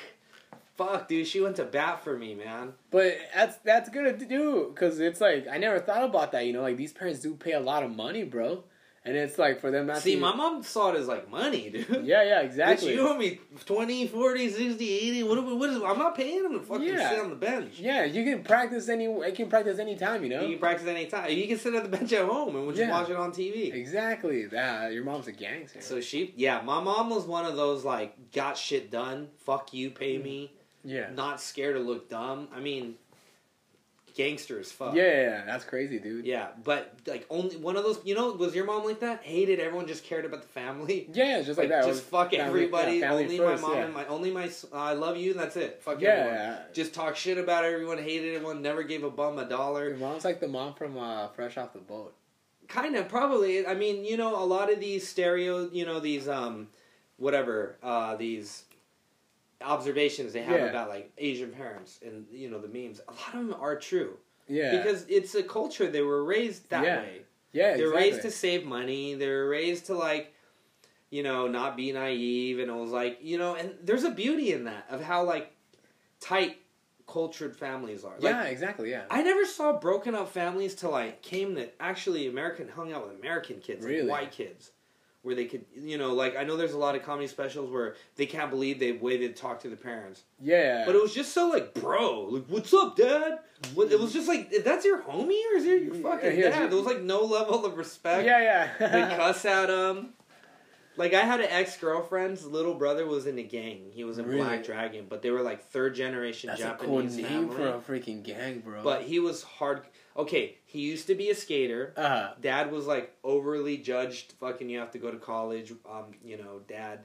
[SPEAKER 1] fuck, dude, she went to bat for me, man.
[SPEAKER 2] But that's that's good to do because it's like I never thought about that. You know, like these parents do pay a lot of money, bro, and it's like for them not
[SPEAKER 1] See,
[SPEAKER 2] to.
[SPEAKER 1] my mom saw it as like money, dude.
[SPEAKER 2] yeah, yeah,
[SPEAKER 1] Bitch,
[SPEAKER 2] exactly.
[SPEAKER 1] you owe me 20, 40, 60, 80. What, what is, I'm not paying him to fucking
[SPEAKER 2] Yeah.
[SPEAKER 1] sit on the bench.
[SPEAKER 2] yeah, you can practice any. You can practice any time. You know.
[SPEAKER 1] You can practice any time. You can sit at the bench at home and we'll just
[SPEAKER 2] Yeah.
[SPEAKER 1] watch it on TV.
[SPEAKER 2] Exactly. That your mom's a gangster.
[SPEAKER 1] So she, yeah, my mom was one of those like got shit done. Fuck you, pay me.
[SPEAKER 2] Mm. yeah.
[SPEAKER 1] Not scared to look dumb. I mean, gangster as fuck.
[SPEAKER 2] yeah, yeah, yeah, that's crazy, dude.
[SPEAKER 1] Yeah, but like only one of those. You know, was your mom like that? Hated everyone, just cared about the family.
[SPEAKER 2] Yeah, it's just like, that.
[SPEAKER 1] just fuck
[SPEAKER 2] Family-
[SPEAKER 1] everybody.
[SPEAKER 2] yeah, family
[SPEAKER 1] only
[SPEAKER 2] first,
[SPEAKER 1] my mom
[SPEAKER 2] yeah.
[SPEAKER 1] and my only my. s- I love you. and That's it. Fuck
[SPEAKER 2] Yeah,
[SPEAKER 1] everyone.
[SPEAKER 2] yeah.
[SPEAKER 1] Just talk shit about everyone. Hated everyone. Never gave a bum a dollar.
[SPEAKER 2] Your mom's like the mom from uh, Fresh Off the Boat.
[SPEAKER 1] kind of probably i mean you know a lot of these stereo you know these um whatever uh these observations they have
[SPEAKER 2] Yeah.
[SPEAKER 1] about like asian parents and you know the memes a lot of them are true
[SPEAKER 2] Yeah.
[SPEAKER 1] because it's a culture they were raised that
[SPEAKER 2] Yeah.
[SPEAKER 1] way
[SPEAKER 2] yeah,
[SPEAKER 1] they're
[SPEAKER 2] exactly.
[SPEAKER 1] raised to save money they're raised to like you know not be naive and it was like you know and there's a beauty in that of how like tight cultured families are like
[SPEAKER 2] yeah, exactly. Yeah.
[SPEAKER 1] I never saw broken up families till I came to actually American hung out with American kids, like
[SPEAKER 2] Really?
[SPEAKER 1] white kids, where they could, you know, like I know there's a lot of comedy specials where they can't believe the way they talk to the parents,
[SPEAKER 2] yeah.
[SPEAKER 1] but it was just so like, bro, like what's up, dad? What, it was just like, that's your homie or is it your fucking
[SPEAKER 2] Yeah, yeah.
[SPEAKER 1] dad? There was like no level of respect.
[SPEAKER 2] yeah,
[SPEAKER 1] They
[SPEAKER 2] yeah.
[SPEAKER 1] cuss at him. Like I had an ex girlfriend's little brother was in a gang. He was in
[SPEAKER 2] Really?
[SPEAKER 1] Black Dragon, but they were like third generation
[SPEAKER 2] That's
[SPEAKER 1] Japanese
[SPEAKER 2] a cool name
[SPEAKER 1] family.
[SPEAKER 2] for a freaking gang, bro.
[SPEAKER 1] But he was hard. Okay, he used to be a skater.
[SPEAKER 2] uh,
[SPEAKER 1] Dad was like overly judged. Fucking, you have to go to college. Um, you know, dad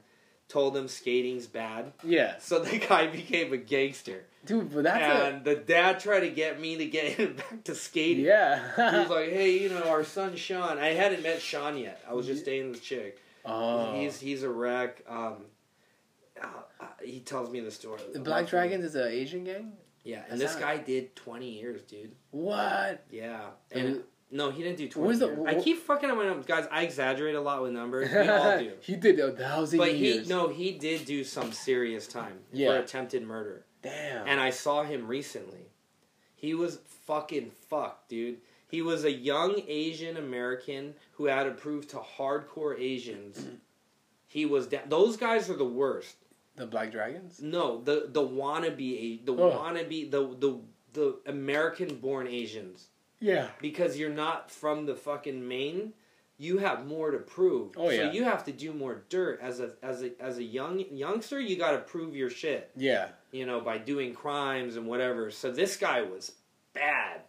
[SPEAKER 1] told him skating's bad.
[SPEAKER 2] yeah,
[SPEAKER 1] So the guy became a gangster,
[SPEAKER 2] dude, but that's a,
[SPEAKER 1] and the dad tried to get me to get him back to skating.
[SPEAKER 2] yeah.
[SPEAKER 1] He was like, "Hey, you know, our son Sean. I hadn't met Sean yet. I was just dating the chick.
[SPEAKER 2] Oh,
[SPEAKER 1] He's he's a wreck. Um, uh, uh, he tells me the story.
[SPEAKER 2] The Black Dragons is an Asian gang.
[SPEAKER 1] Yeah, and
[SPEAKER 2] That's
[SPEAKER 1] this
[SPEAKER 2] not-
[SPEAKER 1] guy did twenty years, dude.
[SPEAKER 2] What?
[SPEAKER 1] Yeah,
[SPEAKER 2] And
[SPEAKER 1] and no, he didn't do twenty.
[SPEAKER 2] Where's the-
[SPEAKER 1] years. I keep fucking up my numbers, guys. I exaggerate a lot with numbers. We all do.
[SPEAKER 2] he did a thousand
[SPEAKER 1] But he
[SPEAKER 2] years.
[SPEAKER 1] no, he did do some serious time
[SPEAKER 2] Yeah.
[SPEAKER 1] for attempted murder.
[SPEAKER 2] Damn.
[SPEAKER 1] And I saw him recently. He was fucking fucked, dude. He was a young Asian American who had to prove to hardcore Asians. He was da- those guys are the worst.
[SPEAKER 2] the Black Dragons.
[SPEAKER 1] No, the the wannabe A- the
[SPEAKER 2] Oh.
[SPEAKER 1] wannabe the the the American born Asians
[SPEAKER 2] Yeah.
[SPEAKER 1] because you're not from the fucking main you have more to prove
[SPEAKER 2] Oh, yeah.
[SPEAKER 1] so you have to do more dirt as a as a as a young youngster you got to prove your shit
[SPEAKER 2] Yeah.
[SPEAKER 1] you know by doing crimes and whatever so this guy was bad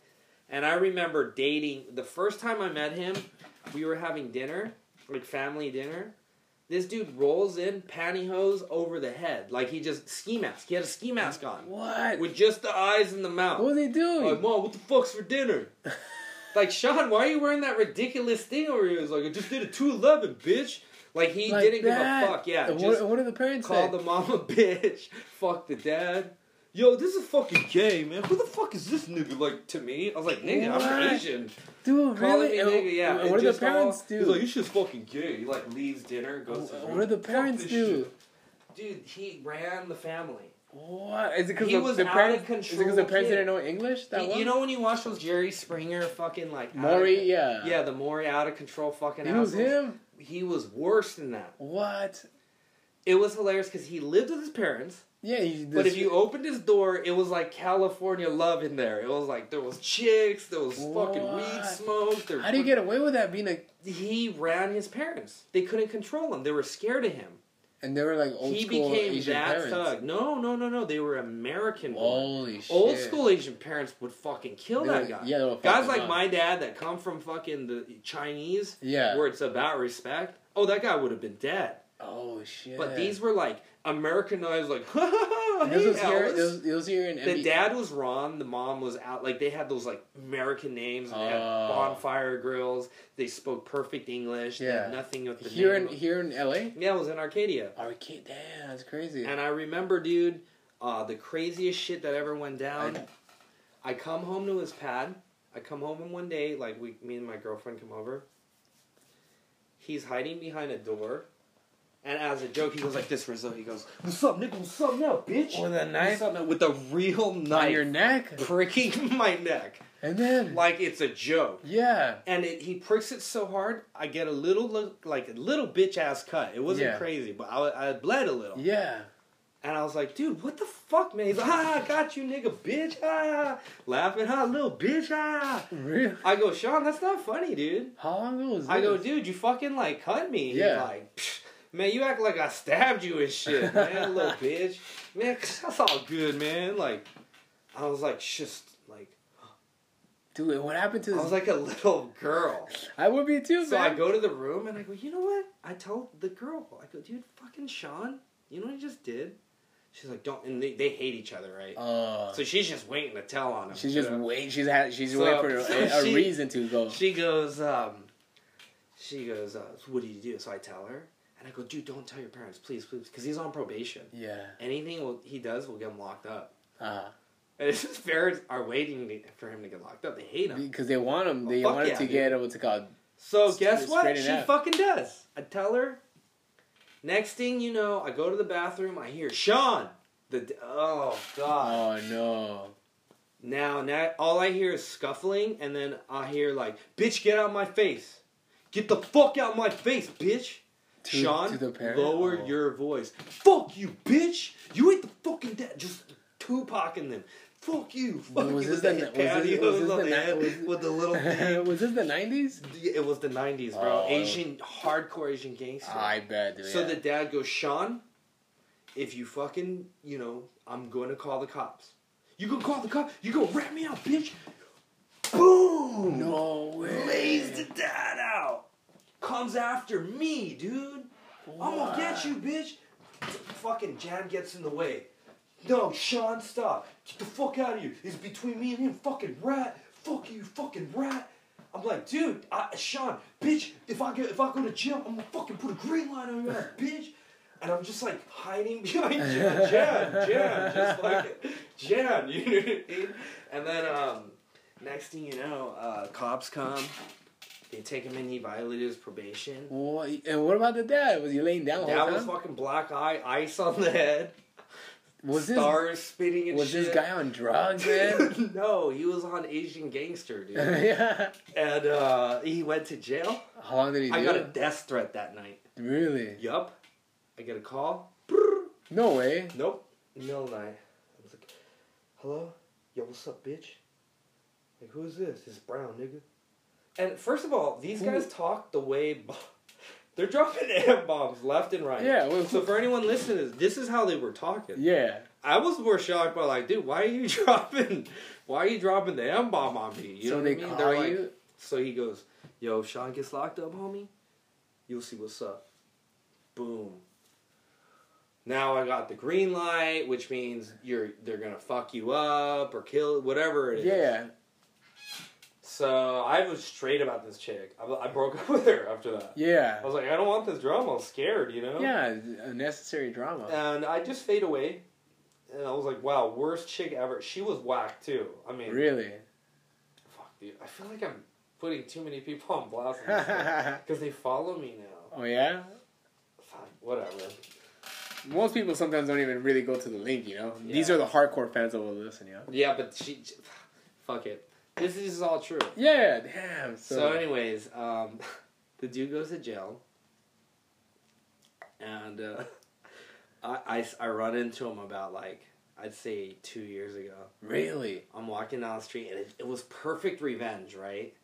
[SPEAKER 1] and i remember dating the first time i met him we were having dinner like family dinner this dude rolls in pantyhose over the head like he just ski mask he had a ski mask on
[SPEAKER 2] What?
[SPEAKER 1] with just the eyes and the mouth
[SPEAKER 2] what was he
[SPEAKER 1] like,
[SPEAKER 2] doing?
[SPEAKER 1] Mom, what the fuck's for dinner? like, Sean, why are you wearing that ridiculous thing over here? It's like, I just did a 211, bitch. Like, he
[SPEAKER 2] Like
[SPEAKER 1] didn't
[SPEAKER 2] that?
[SPEAKER 1] give a fuck. Yeah,
[SPEAKER 2] And
[SPEAKER 1] just
[SPEAKER 2] what, what did the parents
[SPEAKER 1] call
[SPEAKER 2] say?
[SPEAKER 1] the mom a bitch. fuck the dad. Yo, this is fucking gay, man. Who the fuck is this nigga like to me? I was like, nigga,
[SPEAKER 2] What?
[SPEAKER 1] I'm Asian.
[SPEAKER 2] Dude,
[SPEAKER 1] Calling
[SPEAKER 2] really?
[SPEAKER 1] me
[SPEAKER 2] And-
[SPEAKER 1] nigga, yeah.
[SPEAKER 2] and
[SPEAKER 1] and
[SPEAKER 2] what did the
[SPEAKER 1] just all-
[SPEAKER 2] parents do?
[SPEAKER 1] He's like, you shit's fucking gay. He like leaves dinner, goes. to his room.
[SPEAKER 2] what did the
[SPEAKER 1] Fuck
[SPEAKER 2] parents
[SPEAKER 1] this
[SPEAKER 2] do?
[SPEAKER 1] shit. Dude, he ran the family.
[SPEAKER 2] What? Is it because
[SPEAKER 1] He
[SPEAKER 2] the,
[SPEAKER 1] was
[SPEAKER 2] the
[SPEAKER 1] out
[SPEAKER 2] parents?
[SPEAKER 1] of
[SPEAKER 2] is it because the
[SPEAKER 1] control
[SPEAKER 2] parents
[SPEAKER 1] kid.
[SPEAKER 2] didn't know English? That
[SPEAKER 1] You-
[SPEAKER 2] one?
[SPEAKER 1] you know when you watch those Jerry Springer fucking like out of
[SPEAKER 2] Maury?
[SPEAKER 1] it-
[SPEAKER 2] Yeah.
[SPEAKER 1] Yeah, the Maury out of control fucking
[SPEAKER 2] It was
[SPEAKER 1] assholes.
[SPEAKER 2] him.
[SPEAKER 1] He was worse than that.
[SPEAKER 2] What?
[SPEAKER 1] It was hilarious because he lived with his parents,
[SPEAKER 2] Yeah. He, this,
[SPEAKER 1] but if you opened his door, it was like California love in there. It was like there was chicks, there was fucking
[SPEAKER 2] What?
[SPEAKER 1] weed smoke. There,
[SPEAKER 2] how do you get away with that being a?
[SPEAKER 1] He ran his parents. They couldn't control him. They were scared of him.
[SPEAKER 2] And they were like old
[SPEAKER 1] he
[SPEAKER 2] school
[SPEAKER 1] became
[SPEAKER 2] Asian
[SPEAKER 1] that
[SPEAKER 2] parents. Oh,
[SPEAKER 1] thug. No, no, no, no. They were American. born.
[SPEAKER 2] Holy shit.
[SPEAKER 1] Old school Asian parents would fucking kill
[SPEAKER 2] They
[SPEAKER 1] that
[SPEAKER 2] would-
[SPEAKER 1] guy.
[SPEAKER 2] yeah, they would fuck
[SPEAKER 1] Guys
[SPEAKER 2] him
[SPEAKER 1] like
[SPEAKER 2] up.
[SPEAKER 1] my dad that come from fucking the Chinese,
[SPEAKER 2] Yeah.
[SPEAKER 1] where it's about respect. Oh, that guy would have been dead.
[SPEAKER 2] Oh shit.
[SPEAKER 1] But these were like Americanized, like ha ha ha.
[SPEAKER 2] This
[SPEAKER 1] Hey,
[SPEAKER 2] was here.
[SPEAKER 1] Alice."
[SPEAKER 2] This was, this was here in
[SPEAKER 1] the
[SPEAKER 2] NBA.
[SPEAKER 1] dad was Ron. The mom was out. Like they had those like American names. And they had
[SPEAKER 2] Oh.
[SPEAKER 1] bonfire grills. They spoke perfect English. They had
[SPEAKER 2] Yeah.
[SPEAKER 1] nothing with the
[SPEAKER 2] Here in
[SPEAKER 1] name.
[SPEAKER 2] here in LA.
[SPEAKER 1] yeah, it was in Arcadia.
[SPEAKER 2] Arcade. Damn, that's crazy.
[SPEAKER 1] And I remember, dude, uh, the craziest shit that ever went down. I come home to his pad. I come home one day, like we, me and my girlfriend come over. He's hiding behind a door, and as a joke, he goes like this. Rizzo, he goes, "What's up, nigga? What's up now, bitch?"
[SPEAKER 2] With a
[SPEAKER 1] What's
[SPEAKER 2] knife?
[SPEAKER 1] up now?" with a real
[SPEAKER 2] on
[SPEAKER 1] knife,
[SPEAKER 2] your neck,
[SPEAKER 1] pricking my neck
[SPEAKER 2] and then
[SPEAKER 1] like it's a joke.
[SPEAKER 2] yeah,
[SPEAKER 1] And it, he pricks it so hard, I get a little look like a little bitch ass cut. It wasn't
[SPEAKER 2] Yeah.
[SPEAKER 1] crazy, but I, I bled a little.
[SPEAKER 2] yeah.
[SPEAKER 1] And I was like, dude, what the fuck, man? He's like, ah, I got you, nigga, bitch, ah, laughing, ah, little bitch, ah.
[SPEAKER 2] Really?
[SPEAKER 1] I go, Sean, that's not funny, dude.
[SPEAKER 2] How long ago was this?
[SPEAKER 1] I go, dude, you fucking like cut me.
[SPEAKER 2] Yeah.
[SPEAKER 1] He's like, "Psh, man, you act like I stabbed you and shit, man, little bitch. Man, that's all good, man. Like, I was like, just like,
[SPEAKER 2] dude. What happened to
[SPEAKER 1] I
[SPEAKER 2] this? I,
[SPEAKER 1] was like a little girl.
[SPEAKER 2] would be too,
[SPEAKER 1] So
[SPEAKER 2] man.
[SPEAKER 1] I go to the room and I go, you know what? I tell the girl, I go, dude, fucking Sean, you know what he just did? She's like, don't, and they, they hate each other, right?
[SPEAKER 2] Uh,
[SPEAKER 1] So she's just waiting to tell on him.
[SPEAKER 2] she's just
[SPEAKER 1] you know?
[SPEAKER 2] waiting. She's had. She's
[SPEAKER 1] So-
[SPEAKER 2] waiting for a,
[SPEAKER 1] so
[SPEAKER 2] a
[SPEAKER 1] she-
[SPEAKER 2] reason to go.
[SPEAKER 1] She goes, um, she goes, uh, what do you do? So I tell her, and I go, dude, don't tell your parents, please, please, because he's on probation.
[SPEAKER 2] yeah.
[SPEAKER 1] Anything will, he does will get him locked up.
[SPEAKER 2] Uh,
[SPEAKER 1] And his parents are waiting to, for him to get locked up. They hate him.
[SPEAKER 2] because they want him. They
[SPEAKER 1] Oh, fuck
[SPEAKER 2] wanted
[SPEAKER 1] yeah,
[SPEAKER 2] to
[SPEAKER 1] dude. Uh,
[SPEAKER 2] get what's it called?
[SPEAKER 1] So
[SPEAKER 2] It's-
[SPEAKER 1] guess
[SPEAKER 2] it's
[SPEAKER 1] what?
[SPEAKER 2] straightened
[SPEAKER 1] She
[SPEAKER 2] out.
[SPEAKER 1] fucking does. I tell her. Next thing you know, I go to the bathroom. I hear Sean. The d- oh god.
[SPEAKER 2] Oh no.
[SPEAKER 1] Now, now all I hear is scuffling, and then I hear like, "Bitch, get out my face! Get the fuck out my face, bitch!"
[SPEAKER 2] To-
[SPEAKER 1] Sean,
[SPEAKER 2] to the parent?
[SPEAKER 1] lower
[SPEAKER 2] Oh.
[SPEAKER 1] your voice. Fuck you, bitch! You ain't the fucking dad. Just Tupac and them. Fuck you. Fuck
[SPEAKER 2] Was
[SPEAKER 1] you
[SPEAKER 2] this
[SPEAKER 1] with the
[SPEAKER 2] the-
[SPEAKER 1] hip
[SPEAKER 2] was this-
[SPEAKER 1] patio
[SPEAKER 2] was this
[SPEAKER 1] on
[SPEAKER 2] the
[SPEAKER 1] the
[SPEAKER 2] ni-
[SPEAKER 1] head
[SPEAKER 2] was-
[SPEAKER 1] with the little thing.
[SPEAKER 2] was this the nineties?
[SPEAKER 1] It was the '90s, bro.
[SPEAKER 2] Oh. Ah,
[SPEAKER 1] Asian hardcore Asian gangster.
[SPEAKER 2] I bet, dude.
[SPEAKER 1] So
[SPEAKER 2] yeah.
[SPEAKER 1] the dad goes, Sean, if you fucking, you know, I'm going to call the cops. You gonna call the cops? You gonna rat me out, bitch? Boom!
[SPEAKER 2] no way.
[SPEAKER 1] Lays the dad out. Comes after me, dude. I'm gonna get you, bitch. Fucking Jab gets in the way. No, Sean, stop. Get the fuck out of here. It's between me and him, fucking rat. Fuck you, fucking rat.
[SPEAKER 3] I'm like, dude, I, Sean, bitch, if I get if I go to jail, I'm gonna fucking put a green line on your ass, bitch. And I'm just like hiding behind Jan, Jan, Jan, just like Jan, you know what I mean? And then um, next thing you know, uh, cops come, they take him in, he violated his probation.
[SPEAKER 2] What, and what about the dad? Was he laying down? the whole
[SPEAKER 1] That was
[SPEAKER 2] time?
[SPEAKER 1] fucking black eye, ice on the head,
[SPEAKER 2] was this
[SPEAKER 1] stars spitting and
[SPEAKER 2] was
[SPEAKER 1] shit.
[SPEAKER 2] this guy on drugs, man?
[SPEAKER 1] no, he was on Asian Gangster, dude.
[SPEAKER 2] yeah.
[SPEAKER 1] and uh, he went to jail.
[SPEAKER 2] How long did he do
[SPEAKER 1] I got a
[SPEAKER 2] it?
[SPEAKER 1] death threat that night.
[SPEAKER 2] Really?
[SPEAKER 1] Yup. I get a call.
[SPEAKER 2] No way.
[SPEAKER 1] Nope.
[SPEAKER 3] Middle of the night. I was like, hello? Yo, what's up, bitch? Like, who's this? It's Brown, nigga.
[SPEAKER 1] And first of all, these guys talk the way b- they're dropping M bombs left and right.
[SPEAKER 2] Yeah, well-
[SPEAKER 1] so for anyone listening, to this, this is how they were talking.
[SPEAKER 2] Yeah.
[SPEAKER 1] I was more shocked by like, dude, why are you dropping? Why are you dropping the M bomb on me? You
[SPEAKER 2] so
[SPEAKER 1] know
[SPEAKER 2] they
[SPEAKER 1] what I mean?
[SPEAKER 2] call
[SPEAKER 1] They're like-
[SPEAKER 2] you.
[SPEAKER 1] So he goes, yo, if Sean gets locked up, homie. You'll see what's up. Boom. Now I got the green light, which means you're they're gonna fuck you up or kill whatever it is.
[SPEAKER 2] Yeah.
[SPEAKER 1] So I was straight about this chick. I, I broke up with her after that.
[SPEAKER 2] Yeah.
[SPEAKER 1] I was like, I don't want this drama. I'm scared, you know?
[SPEAKER 2] Yeah. Unnecessary drama.
[SPEAKER 1] And I just fade away. And I was like, wow, worst chick ever. She was whack, too. I mean,
[SPEAKER 2] Really.
[SPEAKER 1] fuck, dude. I feel like I'm putting too many people on blast
[SPEAKER 2] oh
[SPEAKER 1] because they follow me now.
[SPEAKER 2] yeah.
[SPEAKER 1] Fuck, whatever.
[SPEAKER 2] Most people sometimes don't even really go to the link, you know.
[SPEAKER 1] Yeah.
[SPEAKER 2] These are the hardcore fans that will listen, you know.
[SPEAKER 1] Yeah, but she. Fuck it. This is all true.
[SPEAKER 2] Yeah. Damn. So.
[SPEAKER 1] So, anyways, um, the dude goes to jail, and uh, I, I s- I run into him about like I'd say two years ago.
[SPEAKER 2] really.
[SPEAKER 1] I'm walking down the street, and it, it was perfect revenge, right?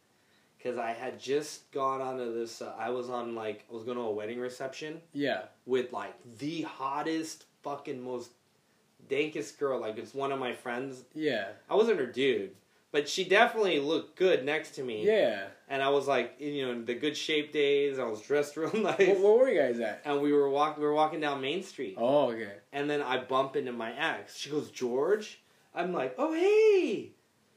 [SPEAKER 1] Because I had just gone onto this. Uh, I was on like I was going to a wedding reception
[SPEAKER 2] Yeah.
[SPEAKER 1] with like the hottest fucking most dankest girl. Like it's one of my friends.
[SPEAKER 2] Yeah.
[SPEAKER 1] I wasn't her dude. But she definitely looked good next to me.
[SPEAKER 2] Yeah.
[SPEAKER 1] And I was like, in, you know, in the good shape days. I was dressed real nice.
[SPEAKER 2] Wh- where were you guys at?
[SPEAKER 1] and we were walk, we were walking down Main Street,
[SPEAKER 2] Oh, okay.
[SPEAKER 1] and then I bump into my ex. She goes, George. I'm like, oh hey.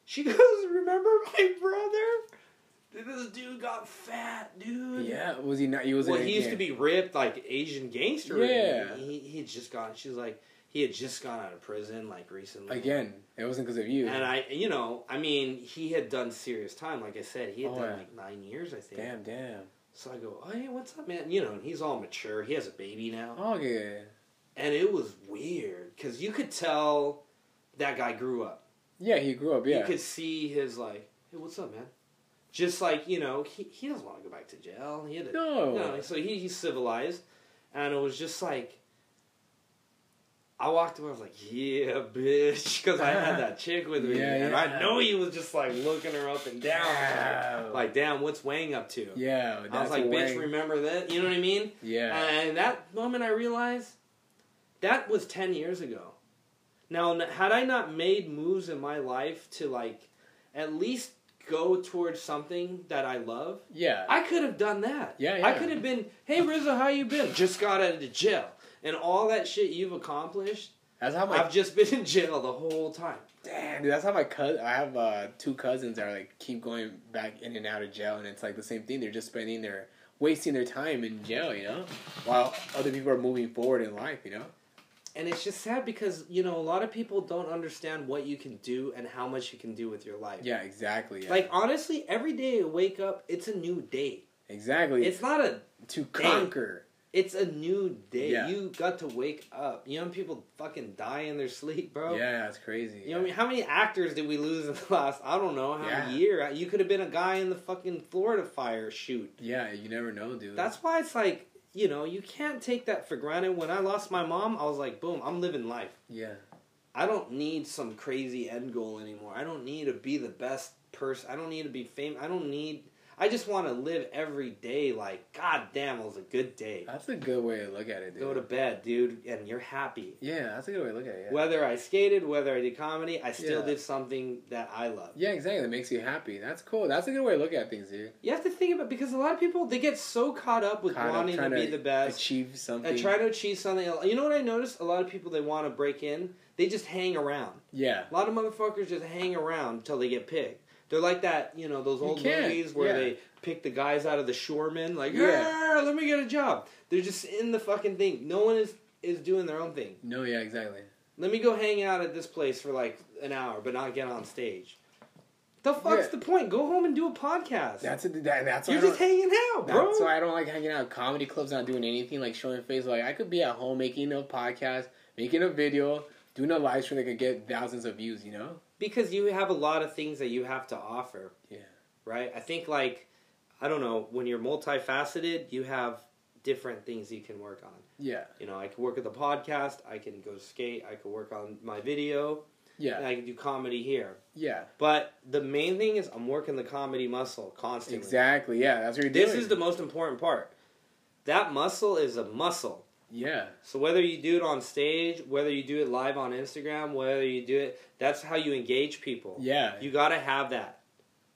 [SPEAKER 1] She goes, remember my brother? This dude got fat, dude.
[SPEAKER 2] Yeah. Was he not? He was.
[SPEAKER 1] Well, he used to be ripped like Asian gangster.
[SPEAKER 2] Yeah.
[SPEAKER 1] He he had just gone. She's like, he had just gone out of prison like recently.
[SPEAKER 2] Again, it wasn't because of you.
[SPEAKER 1] And I, you know, I mean, he had done serious time. Like I said, he had
[SPEAKER 2] Oh,
[SPEAKER 1] done
[SPEAKER 2] yeah.
[SPEAKER 1] like nine years, I think.
[SPEAKER 2] Damn. Damn.
[SPEAKER 1] So I go, oh, hey, what's up, man? You know, and he's all mature. He has a baby
[SPEAKER 2] Oh,
[SPEAKER 1] now.
[SPEAKER 2] Okay.
[SPEAKER 1] And it was weird because you could tell that guy grew up.
[SPEAKER 2] Yeah, he grew up. Yeah.
[SPEAKER 1] You could see his, like, hey, what's up, man? Just like, you know, he, he doesn't want to go back to jail. He had a,
[SPEAKER 2] No.
[SPEAKER 1] you know, so he, he's civilized. And it was just like, I walked away. I was like, "Yeah, bitch," because I had that chick with me,
[SPEAKER 2] Yeah,
[SPEAKER 1] and
[SPEAKER 2] yeah.
[SPEAKER 1] I know he was just like looking her up and down, like, like, "Damn, what's Wang up to?"
[SPEAKER 2] Yeah,
[SPEAKER 1] I was
[SPEAKER 2] that's
[SPEAKER 1] like,
[SPEAKER 2] way-
[SPEAKER 1] "Bitch, Uh, remember that?" You know what I mean?
[SPEAKER 2] yeah,
[SPEAKER 1] And that moment, I realized that was 10 years ago. Now, n- had I not made moves in my life to like at least go towards something that I love,
[SPEAKER 2] yeah,
[SPEAKER 1] I could have done that.
[SPEAKER 2] Yeah,
[SPEAKER 1] I
[SPEAKER 2] yeah.
[SPEAKER 1] could have been, hey, Rizzo, how you been? Just got out of the jail. And all that shit you've accomplished,
[SPEAKER 2] that's how Oh my
[SPEAKER 1] I've just been in jail the whole time.
[SPEAKER 2] damn, dude, that's how my cousin. I have uh, two cousins that are like keep going back in and out of jail, and it's like the same thing. They're just spending their wasting their time in jail, you know, while other people are moving forward in life, you know.
[SPEAKER 1] And it's just sad because, you know, a lot of people don't understand what you can do and how much you can do with your life.
[SPEAKER 2] Yeah, exactly. Yeah.
[SPEAKER 1] Like, honestly, every day I wake up, it's a new day.
[SPEAKER 2] exactly
[SPEAKER 1] It's not a.
[SPEAKER 2] to conquer.
[SPEAKER 1] It's a new day.
[SPEAKER 2] Yeah.
[SPEAKER 1] You got to wake up. Young people fucking die in their sleep, bro.
[SPEAKER 2] Yeah, that's crazy.
[SPEAKER 1] You know what I mean? How many actors did we lose in the last? I don't know how
[SPEAKER 2] Yeah.
[SPEAKER 1] many year. You could have been a guy in the fucking Florida fire shoot.
[SPEAKER 2] Yeah, you never know, dude.
[SPEAKER 1] That's why it's like you know you can't take that for granted. When I lost my mom, I was like, boom, I'm living life.
[SPEAKER 2] yeah,
[SPEAKER 1] I don't need some crazy end goal anymore. I don't need to be the best person. I don't need to be famous. I don't need. I just want to live every day like, God damn, it was a good day.
[SPEAKER 2] that's a good way to look at it, dude.
[SPEAKER 1] Go to bed, dude, and you're happy.
[SPEAKER 2] yeah, that's a good way to look at it. Yeah.
[SPEAKER 1] Whether I skated, whether I did comedy, I still
[SPEAKER 2] Yeah.
[SPEAKER 1] did something that I love.
[SPEAKER 2] yeah, exactly. That makes you happy. That's cool. That's a good way to look at things, dude.
[SPEAKER 1] You have to think about because a lot of people they get so caught up with
[SPEAKER 2] Kind of
[SPEAKER 1] wanting to
[SPEAKER 2] trying
[SPEAKER 1] be the best
[SPEAKER 2] achieve something.
[SPEAKER 1] and trying to achieve something. You know what I noticed? A lot of people they want to break in, they just hang around.
[SPEAKER 2] yeah.
[SPEAKER 1] A lot of motherfuckers just hang around until they get picked. They're like that, you know, those old
[SPEAKER 2] can't,
[SPEAKER 1] movies where
[SPEAKER 2] yeah.
[SPEAKER 1] they pick the guys out of the shoremen, like,
[SPEAKER 2] Yeah.
[SPEAKER 1] yeah, let me get a job. They're just in the fucking thing. No one is is doing their own thing.
[SPEAKER 2] No, yeah, exactly.
[SPEAKER 1] Let me go hang out at this place for like an hour, but not get on stage. The fuck's
[SPEAKER 2] Yeah.
[SPEAKER 1] the point? Go home and do a podcast.
[SPEAKER 2] That's a, that, that's why
[SPEAKER 1] You're
[SPEAKER 2] I don't-
[SPEAKER 1] just hanging out, bro.
[SPEAKER 2] That's why I don't like hanging out at comedy clubs, not doing anything like showing face. Like I could be at home making a podcast, making a video, doing a live stream that could get thousands of views. You know?
[SPEAKER 1] because you have a lot of things that you have to offer.
[SPEAKER 2] Yeah.
[SPEAKER 1] Right? I think like I don't know, when you're multifaceted, you have different things you can work on.
[SPEAKER 2] Yeah.
[SPEAKER 1] You know, I can work at the podcast, I can go skate, I can work on my video, and
[SPEAKER 2] Yeah.
[SPEAKER 1] I can do comedy here.
[SPEAKER 2] Yeah.
[SPEAKER 1] But the main thing is I'm working the comedy muscle constantly.
[SPEAKER 2] Exactly. Yeah. That's what you're doing.
[SPEAKER 1] This is the most important part. That muscle is a muscle.
[SPEAKER 2] yeah.
[SPEAKER 1] So whether you do it on stage, whether you do it live on Instagram, whether you do it, that's how you engage people.
[SPEAKER 2] Yeah.
[SPEAKER 1] You gotta have that.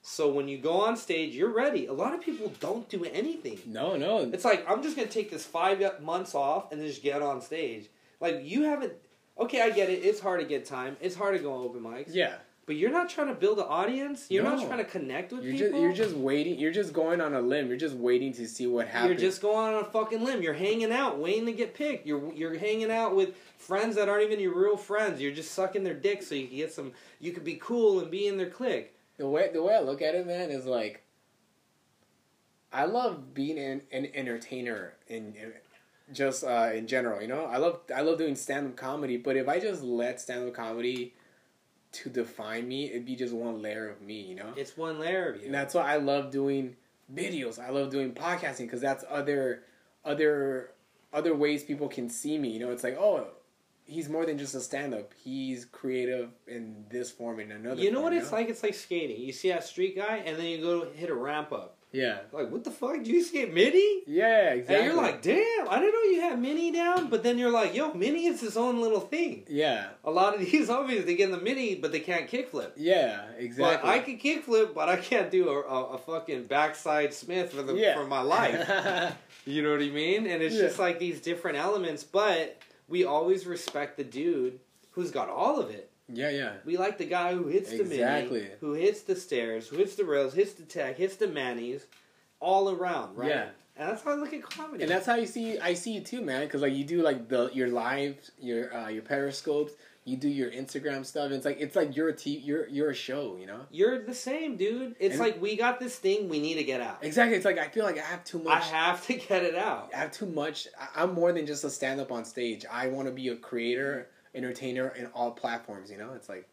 [SPEAKER 1] So when you go on stage, you're ready. A lot of people don't do anything.
[SPEAKER 2] No. No.
[SPEAKER 1] It's like I'm just gonna take this five months off and then just get on stage. Like you haven't. Okay, I get it. It's hard to get time. It's hard to go on open mics.
[SPEAKER 2] Yeah.
[SPEAKER 1] But you're not trying to build an audience. You're
[SPEAKER 2] No.
[SPEAKER 1] not trying to connect with
[SPEAKER 2] You're
[SPEAKER 1] people.
[SPEAKER 2] just you're just waiting. You're just going on a limb. You're just waiting to see what
[SPEAKER 1] You're
[SPEAKER 2] happens.
[SPEAKER 1] just going on a fucking limb. You're hanging out, waiting to get picked. You're you're hanging out with friends that aren't even your real friends. You're just sucking their dick so you can get some. You could be cool and be in their clique.
[SPEAKER 2] the way the way I look at it, man, is like I love being an, an entertainer in, in just uh, in general. You know, I love I love doing stand up comedy, but if I just let stand up comedy to define me, it'd be just one layer of me. You know,
[SPEAKER 1] It's one layer of you.
[SPEAKER 2] and that's why I love doing videos. I love doing podcasting because that's other other other ways people can see me. You know, it's like oh. He's more than just a stand-up. He's creative in this form and another.
[SPEAKER 1] you know what
[SPEAKER 2] form,
[SPEAKER 1] it's like? It's like skating. You see that street guy, and then you go hit a ramp up.
[SPEAKER 2] Yeah.
[SPEAKER 1] Like, what the fuck? Do you skate mini?
[SPEAKER 2] Yeah, exactly.
[SPEAKER 1] And you're like, damn, I didn't know you had mini down. But then you're like, yo, mini is his own little thing.
[SPEAKER 2] yeah,
[SPEAKER 1] A lot of these obviously they get in the mini, but they can't kickflip.
[SPEAKER 2] yeah, exactly.
[SPEAKER 1] But I can kickflip, but I can't do a, a, a fucking backside Smith for the
[SPEAKER 2] Yeah.
[SPEAKER 1] for my life. you know what I mean? And it's
[SPEAKER 2] Yeah.
[SPEAKER 1] just like these different elements, but we always respect the dude who's got all of it.
[SPEAKER 2] yeah, yeah,
[SPEAKER 1] We like the guy who hits the
[SPEAKER 2] Exactly.
[SPEAKER 1] mini, who hits the stairs, who hits the rails, hits the tech, hits the manis, all around, right?
[SPEAKER 2] Yeah.
[SPEAKER 1] And that's how I look at comedy.
[SPEAKER 2] and that's how you see. I see you too, man. Because like you do like the your live, your uh, your periscopes, you do your Instagram stuff. And it's like it's like you're a t- you're you're a show, you know.
[SPEAKER 1] You're the same, dude. It's
[SPEAKER 2] And-
[SPEAKER 1] like we got this thing, we need to get out.
[SPEAKER 2] Exactly. It's like I feel like I have too
[SPEAKER 1] I
[SPEAKER 2] much.
[SPEAKER 1] have to get it out.
[SPEAKER 2] I have too much. I- I'm more than just a stand up on stage. I want to be a creator, entertainer, in all platforms. You know, it's like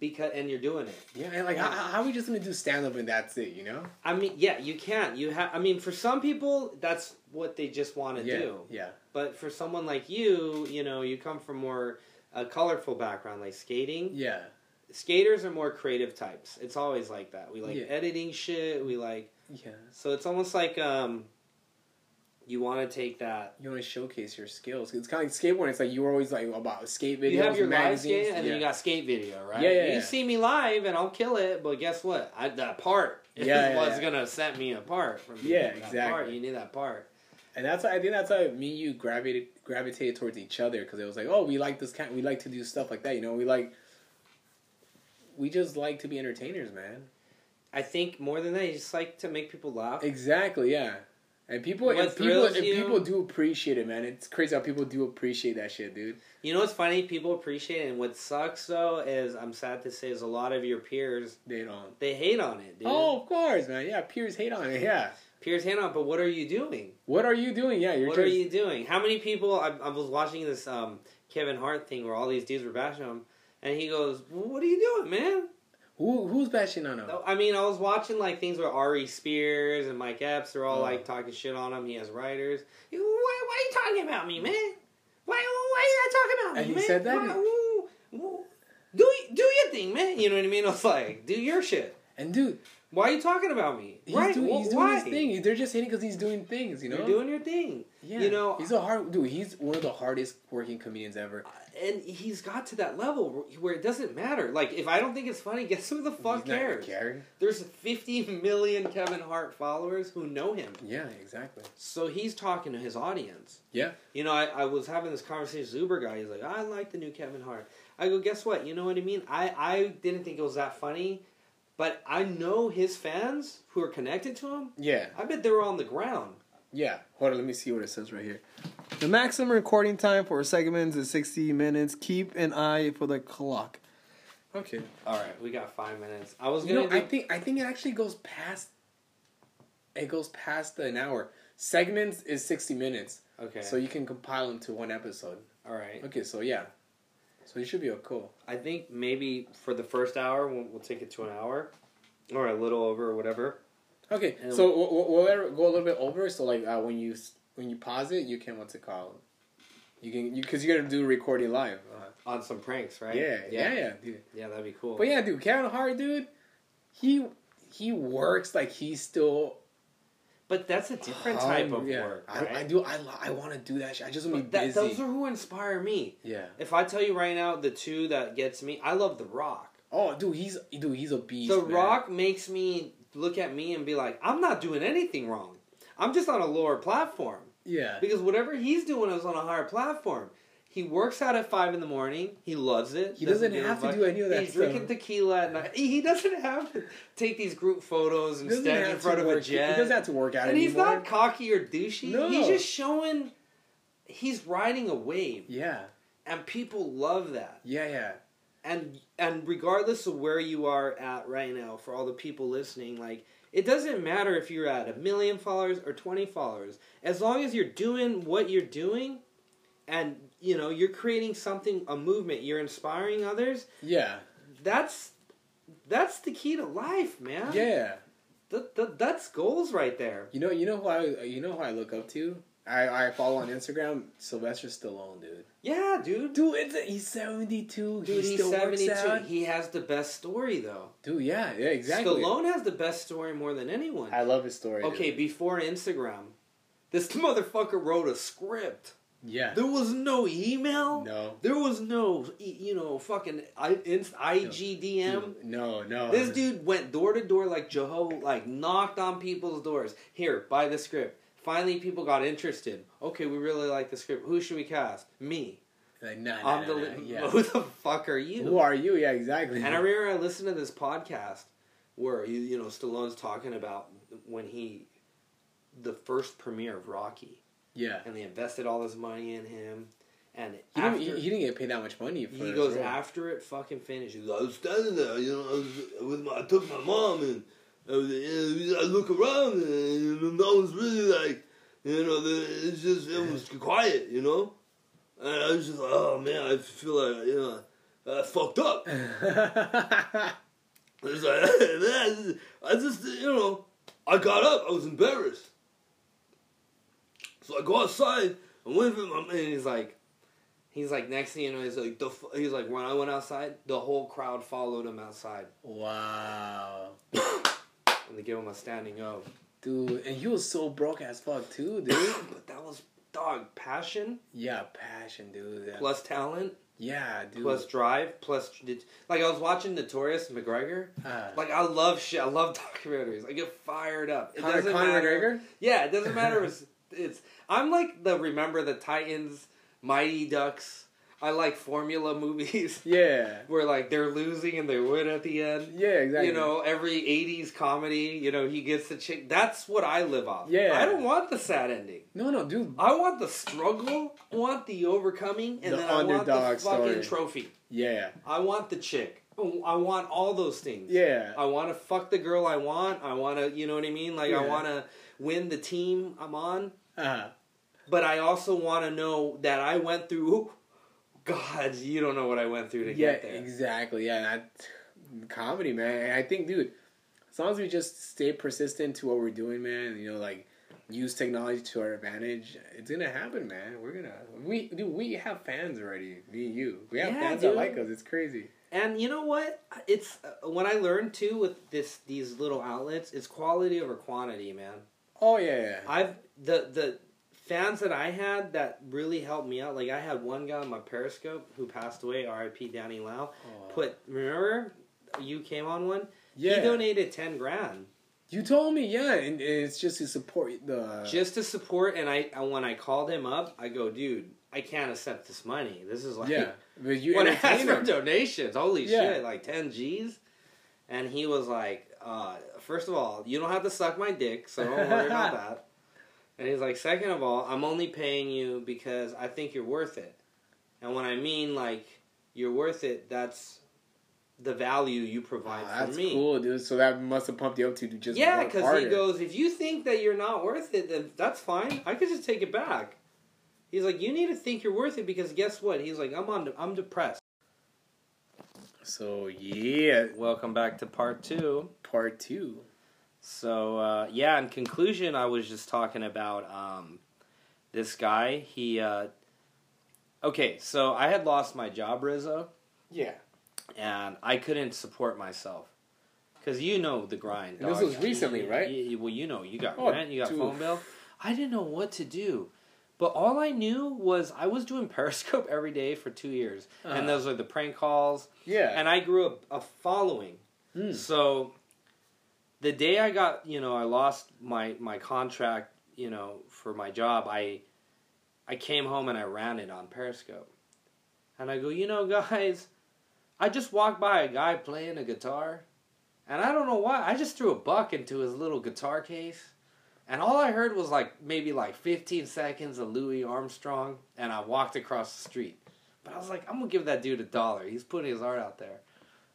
[SPEAKER 1] Because and you're doing it.
[SPEAKER 2] yeah, and like how, how are we just gonna do stand up and that's it? You know?
[SPEAKER 1] I mean, yeah, you can. You have. I mean, for some people, that's what they just want to
[SPEAKER 2] yeah,
[SPEAKER 1] do.
[SPEAKER 2] yeah,
[SPEAKER 1] But for someone like you, you know, you come from more a colorful background, like skating.
[SPEAKER 2] yeah,
[SPEAKER 1] Skaters are more creative types. It's always like that. We like
[SPEAKER 2] Yeah.
[SPEAKER 1] editing shit. We like
[SPEAKER 2] yeah.
[SPEAKER 1] so it's almost like um, you want to take that.
[SPEAKER 2] you want to showcase your skills. It's kind of like skateboarding. It's like you were always like about skate videos,
[SPEAKER 1] You have your live
[SPEAKER 2] magazines.
[SPEAKER 1] skate and
[SPEAKER 2] yeah.
[SPEAKER 1] then you got skate video, right?
[SPEAKER 2] Yeah, yeah,
[SPEAKER 1] You
[SPEAKER 2] yeah.
[SPEAKER 1] see me live and I'll kill it, but guess what? I, that part is
[SPEAKER 2] Yeah, yeah,
[SPEAKER 1] what's
[SPEAKER 2] yeah.
[SPEAKER 1] gonna set me apart from you.
[SPEAKER 2] Yeah,
[SPEAKER 1] That part,
[SPEAKER 2] exactly.
[SPEAKER 1] you need that part.
[SPEAKER 2] and that's why I think that's how me and you gravitated gravitated towards each other because it was like, oh, we like this kind. We like to do stuff like that. You know, we like. We just like to be entertainers, man.
[SPEAKER 1] I think more than that, you just like to make people laugh.
[SPEAKER 2] Exactly, yeah. And people,
[SPEAKER 1] What
[SPEAKER 2] and people,
[SPEAKER 1] thrills
[SPEAKER 2] and
[SPEAKER 1] you-
[SPEAKER 2] people do appreciate it, man. It's crazy how people do appreciate that shit, dude.
[SPEAKER 1] You know what's funny? People appreciate it, and what sucks though is I'm sad to say is a lot of your peers
[SPEAKER 2] They don't.
[SPEAKER 1] they hate on it, dude.
[SPEAKER 2] Oh, of course, man. Yeah, peers hate on it. Yeah.
[SPEAKER 1] Peers hate on it, but what are you doing?
[SPEAKER 2] What are you doing? Yeah, you're
[SPEAKER 1] what
[SPEAKER 2] just.
[SPEAKER 1] are you doing? How many people? I, I was watching this um, Kevin Hart thing where all these dudes were bashing him, and he goes, well, "What are you doing, man?"
[SPEAKER 2] Who who's bashing on him?
[SPEAKER 1] I mean, I was watching like things where Ari Spears and Mike Epps are all
[SPEAKER 2] Oh.
[SPEAKER 1] like talking shit on him. He has writers. He, goes, why, why are you talking about me, man? Why, why are you talking about me,
[SPEAKER 2] And he
[SPEAKER 1] man?
[SPEAKER 2] said that?
[SPEAKER 1] Why- ooh, ooh. do y- do your thing, man. You know what I mean? I was like, do your shit.
[SPEAKER 2] And dude,
[SPEAKER 1] Why are you talking about me?
[SPEAKER 2] He's
[SPEAKER 1] right?
[SPEAKER 2] doing,
[SPEAKER 1] wh-
[SPEAKER 2] he's doing
[SPEAKER 1] why?
[SPEAKER 2] his thing. They're just hitting because he's doing things, you know.
[SPEAKER 1] You're doing your thing.
[SPEAKER 2] yeah.
[SPEAKER 1] you know-
[SPEAKER 2] he's a hard dude. He's one of the hardest working comedians ever.
[SPEAKER 1] And he's got to that level where it doesn't matter. Like, if I don't think it's funny, guess who the fuck
[SPEAKER 2] He's not
[SPEAKER 1] cares?
[SPEAKER 2] caring.
[SPEAKER 1] There's 50 million Kevin Hart followers who know him.
[SPEAKER 2] Yeah, exactly.
[SPEAKER 1] So he's talking to his audience.
[SPEAKER 2] Yeah,
[SPEAKER 1] You know, I, I was having this conversation with Uber guy. He's like, I like the new Kevin Hart. I go, guess what? You know what I mean? I, I didn't think it was that funny. But I know his fans who are connected to him.
[SPEAKER 2] Yeah.
[SPEAKER 1] I bet they were on the ground.
[SPEAKER 2] Yeah, hold on. Let me see what it says right here. The maximum recording time for segments is sixty minutes. Keep an eye for the clock. Okay.
[SPEAKER 1] All right, we got five minutes. I was
[SPEAKER 2] You
[SPEAKER 1] gonna.
[SPEAKER 2] know,
[SPEAKER 1] do,
[SPEAKER 2] I think I think it actually goes past. It goes past an hour. Segments is sixty minutes,
[SPEAKER 1] okay.
[SPEAKER 2] so you can compile them to one episode.
[SPEAKER 1] all right.
[SPEAKER 2] Okay, so yeah, so you should be cool.
[SPEAKER 1] I think maybe for the first hour we'll, we'll take it to an hour, or a little over, or whatever.
[SPEAKER 2] Okay,
[SPEAKER 1] And-
[SPEAKER 2] so we'll, we'll we'll go a little bit over. So like uh, when you s- when you pause it, you can what's it called? You can you because you're gonna do recording live.
[SPEAKER 1] On some pranks, right?
[SPEAKER 2] Uh-huh. Yeah, yeah, yeah, dude.
[SPEAKER 1] Yeah, that'd be cool.
[SPEAKER 2] But yeah, dude, Kevin Hart, dude, he he works like he's still
[SPEAKER 1] But that's a different type of
[SPEAKER 2] Um, yeah.
[SPEAKER 1] work,
[SPEAKER 2] I-
[SPEAKER 1] right?
[SPEAKER 2] I, do. I lo- I want to do that. Shit. I just want to
[SPEAKER 1] But
[SPEAKER 2] be
[SPEAKER 1] that-
[SPEAKER 2] busy.
[SPEAKER 1] those are who inspire me.
[SPEAKER 2] yeah.
[SPEAKER 1] If I tell you right now, the two that gets me, I love The Rock.
[SPEAKER 2] Oh, dude, he's dude, he's a beast.
[SPEAKER 1] The
[SPEAKER 2] man.
[SPEAKER 1] Rock makes me look at me and be like, I'm not doing anything wrong. I'm just on a lower platform.
[SPEAKER 2] Yeah.
[SPEAKER 1] Because whatever he's doing is on a higher platform. He works out at five in the morning. He loves it.
[SPEAKER 2] He doesn't
[SPEAKER 1] give a
[SPEAKER 2] have to
[SPEAKER 1] fuck.
[SPEAKER 2] do any of that
[SPEAKER 1] He's drinking
[SPEAKER 2] stuff.
[SPEAKER 1] tequila at night. He doesn't have to take these group photos
[SPEAKER 2] He
[SPEAKER 1] and
[SPEAKER 2] doesn't
[SPEAKER 1] stand
[SPEAKER 2] have
[SPEAKER 1] in
[SPEAKER 2] to
[SPEAKER 1] front of a
[SPEAKER 2] work- He
[SPEAKER 1] jet.
[SPEAKER 2] doesn't have to work out
[SPEAKER 1] and he's
[SPEAKER 2] anymore.
[SPEAKER 1] not cocky or douchey.
[SPEAKER 2] No.
[SPEAKER 1] He's just showing he's riding a wave,
[SPEAKER 2] Yeah.
[SPEAKER 1] and people love that.
[SPEAKER 2] Yeah. Yeah.
[SPEAKER 1] And and regardless of where you are at right now, for all the people listening, like it doesn't matter if you're at a million followers or twenty followers, as long as you're doing what you're doing, and you know you're creating something, a movement, you're inspiring others.
[SPEAKER 2] Yeah.
[SPEAKER 1] That's that's the key to life, man.
[SPEAKER 2] Yeah.
[SPEAKER 1] Th- th- that's goals right there.
[SPEAKER 2] You know. You know who I. You know who I look up to. I, I follow on Instagram Sylvester Stallone, dude.
[SPEAKER 1] Yeah, dude.
[SPEAKER 2] Dude, it's, he's seventy two.
[SPEAKER 1] Dude,
[SPEAKER 2] he
[SPEAKER 1] he's
[SPEAKER 2] still
[SPEAKER 1] seventy
[SPEAKER 2] works
[SPEAKER 1] two.
[SPEAKER 2] out.
[SPEAKER 1] He has the best story though.
[SPEAKER 2] Dude, yeah, yeah, exactly.
[SPEAKER 1] Stallone has the best story more than anyone.
[SPEAKER 2] I love his story. dude.
[SPEAKER 1] okay, before Instagram, this motherfucker wrote a script.
[SPEAKER 2] Yeah.
[SPEAKER 1] There was no email.
[SPEAKER 2] No.
[SPEAKER 1] There was no e- you know fucking I, inst, IGDM.
[SPEAKER 2] No, no.
[SPEAKER 1] This dude went door to door like Jehovah, like knocked on people's doors. Here, buy the script. Finally, people got interested. Okay, we really like the script. Who should we cast? Me.
[SPEAKER 2] Like, nah, nah,
[SPEAKER 1] I'm the.
[SPEAKER 2] nah,
[SPEAKER 1] li-
[SPEAKER 2] nah, yeah.
[SPEAKER 1] Who the fuck are you?
[SPEAKER 2] Who are you? Yeah, exactly.
[SPEAKER 1] And I remember I listened to this podcast where you, you know Stallone's talking about when he the first premiere of Rocky
[SPEAKER 2] yeah.
[SPEAKER 1] and they invested all this money in him and
[SPEAKER 2] He
[SPEAKER 1] after,
[SPEAKER 2] didn't, he, he didn't get paid that much money for
[SPEAKER 1] he
[SPEAKER 2] his
[SPEAKER 1] goes
[SPEAKER 2] role.
[SPEAKER 1] after it fucking finished. He goes, I was standing there, you know, I was with my I took my mom and I, was, I look around and no one's really like you know, the, it's just it was quiet, you know? And I was just like, oh man, I feel like you know I fucked up. It's like, I just, you know, I got up. I was embarrassed. So I go outside and went for my man. He's like, he's like, next thing you know, he's like, the, f- he's like, when I went outside, the whole crowd followed him outside.
[SPEAKER 2] wow.
[SPEAKER 1] And they gave him a standing O.
[SPEAKER 2] Dude, and he was so broke as fuck, too, dude.
[SPEAKER 1] But that was, dog, passion
[SPEAKER 2] yeah, passion, dude. Yeah,
[SPEAKER 1] plus talent
[SPEAKER 2] yeah dude.
[SPEAKER 1] plus drive plus, like, I was watching Notorious McGregor.
[SPEAKER 2] Ah.
[SPEAKER 1] Like, I love shit. I love documentaries. I get fired up. It
[SPEAKER 2] Conor,
[SPEAKER 1] doesn't
[SPEAKER 2] Conor
[SPEAKER 1] matter.
[SPEAKER 2] McGregor?
[SPEAKER 1] Yeah, it doesn't matter. If it's, it's I'm like the Remember the Titans, Mighty Ducks. I like formula movies
[SPEAKER 2] Yeah.
[SPEAKER 1] where like they're losing and they win at the end.
[SPEAKER 2] Yeah, exactly.
[SPEAKER 1] You know, every '80s comedy. You know, he gets the chick. That's what I live off.
[SPEAKER 2] Yeah.
[SPEAKER 1] I don't want the sad ending.
[SPEAKER 2] No, no, dude.
[SPEAKER 1] I want the struggle. I want the overcoming, and
[SPEAKER 2] The
[SPEAKER 1] then I want the
[SPEAKER 2] underdog
[SPEAKER 1] fucking
[SPEAKER 2] story.
[SPEAKER 1] trophy.
[SPEAKER 2] Yeah.
[SPEAKER 1] I want the chick. I want all those things.
[SPEAKER 2] Yeah.
[SPEAKER 1] I want to fuck the girl I want. I want to, you know what I mean? Like, I
[SPEAKER 2] Yeah.
[SPEAKER 1] want to win the team I'm on.
[SPEAKER 2] Uh,
[SPEAKER 1] But I also want to know that I went through. God, you don't know what I went through to
[SPEAKER 2] yeah,
[SPEAKER 1] get there.
[SPEAKER 2] exactly. Yeah, that comedy, man. And I think, dude, as long as we just stay persistent to what we're doing, man, you know, like use technology to our advantage, it's gonna happen, man. We're gonna we dude, we have fans already. Me, and you, we have
[SPEAKER 1] Yeah,
[SPEAKER 2] fans
[SPEAKER 1] dude.
[SPEAKER 2] that like us. It's crazy.
[SPEAKER 1] And you know what? It's uh, what I learned too with this these little outlets. It's quality over quantity, man.
[SPEAKER 2] Oh yeah, yeah.
[SPEAKER 1] I've the the fans that I had that really helped me out. Like I had one guy on my Periscope who passed away, R.I.P. Danny Lau.
[SPEAKER 2] Aw.
[SPEAKER 1] Put remember you came on one.
[SPEAKER 2] Oh, yeah.
[SPEAKER 1] He donated ten grand
[SPEAKER 2] you told me, yeah, and, and it's just to support the
[SPEAKER 1] just to support. And I and when I called him up, I go, dude, I can't accept this money. This is like
[SPEAKER 2] yeah. But you
[SPEAKER 1] when I asked
[SPEAKER 2] entertain
[SPEAKER 1] for
[SPEAKER 2] them.
[SPEAKER 1] donations. Holy
[SPEAKER 2] Yeah.
[SPEAKER 1] shit, like ten G's. and he was like, uh, first of all, you don't have to suck my dick, so don't worry about that. And he's like, second of all, I'm only paying you because I think you're worth it. And when I mean like you're worth it, that's the value you provide
[SPEAKER 2] Wow,
[SPEAKER 1] for
[SPEAKER 2] Ah, that's
[SPEAKER 1] me.
[SPEAKER 2] cool, dude. So that must have pumped you up to do just
[SPEAKER 1] Yeah,
[SPEAKER 2] work
[SPEAKER 1] because he
[SPEAKER 2] harder.
[SPEAKER 1] goes, if you think that you're not worth it, then that's fine. I could just take it back. He's like, you need to think you're worth it because guess what? He's like, I'm on, I'm depressed.
[SPEAKER 2] So yeah,
[SPEAKER 1] Welcome back to part two.
[SPEAKER 2] part two.
[SPEAKER 1] So uh, yeah, in conclusion, I was just talking about um, this guy. He uh, okay, so I had lost my job, Rizzo,
[SPEAKER 2] Yeah,
[SPEAKER 1] and I couldn't support myself because you know the grind.
[SPEAKER 2] And this
[SPEAKER 1] dog.
[SPEAKER 2] was recently,
[SPEAKER 1] You-
[SPEAKER 2] right?
[SPEAKER 1] you- you- well, you know, you got
[SPEAKER 2] Oh,
[SPEAKER 1] rent, you got
[SPEAKER 2] dude.
[SPEAKER 1] phone bill. I didn't know what to do. But all I knew was I was doing Periscope every day for two years,
[SPEAKER 2] Uh-huh.
[SPEAKER 1] and those are the prank calls,
[SPEAKER 2] yeah.
[SPEAKER 1] and I grew up a following.
[SPEAKER 2] Mm.
[SPEAKER 1] So the day I got, you know, I lost my my contract, you know, for my job, I I came home and I ran it on Periscope. And I go, "You know, guys, I just walked by a guy playing a guitar, and I don't know why, I just threw a buck into his little guitar case." And all I heard was like maybe like 15 seconds of Louis Armstrong, and I walked across the street. But I was like, I'm gonna give that dude a dollar. He's putting his art out there.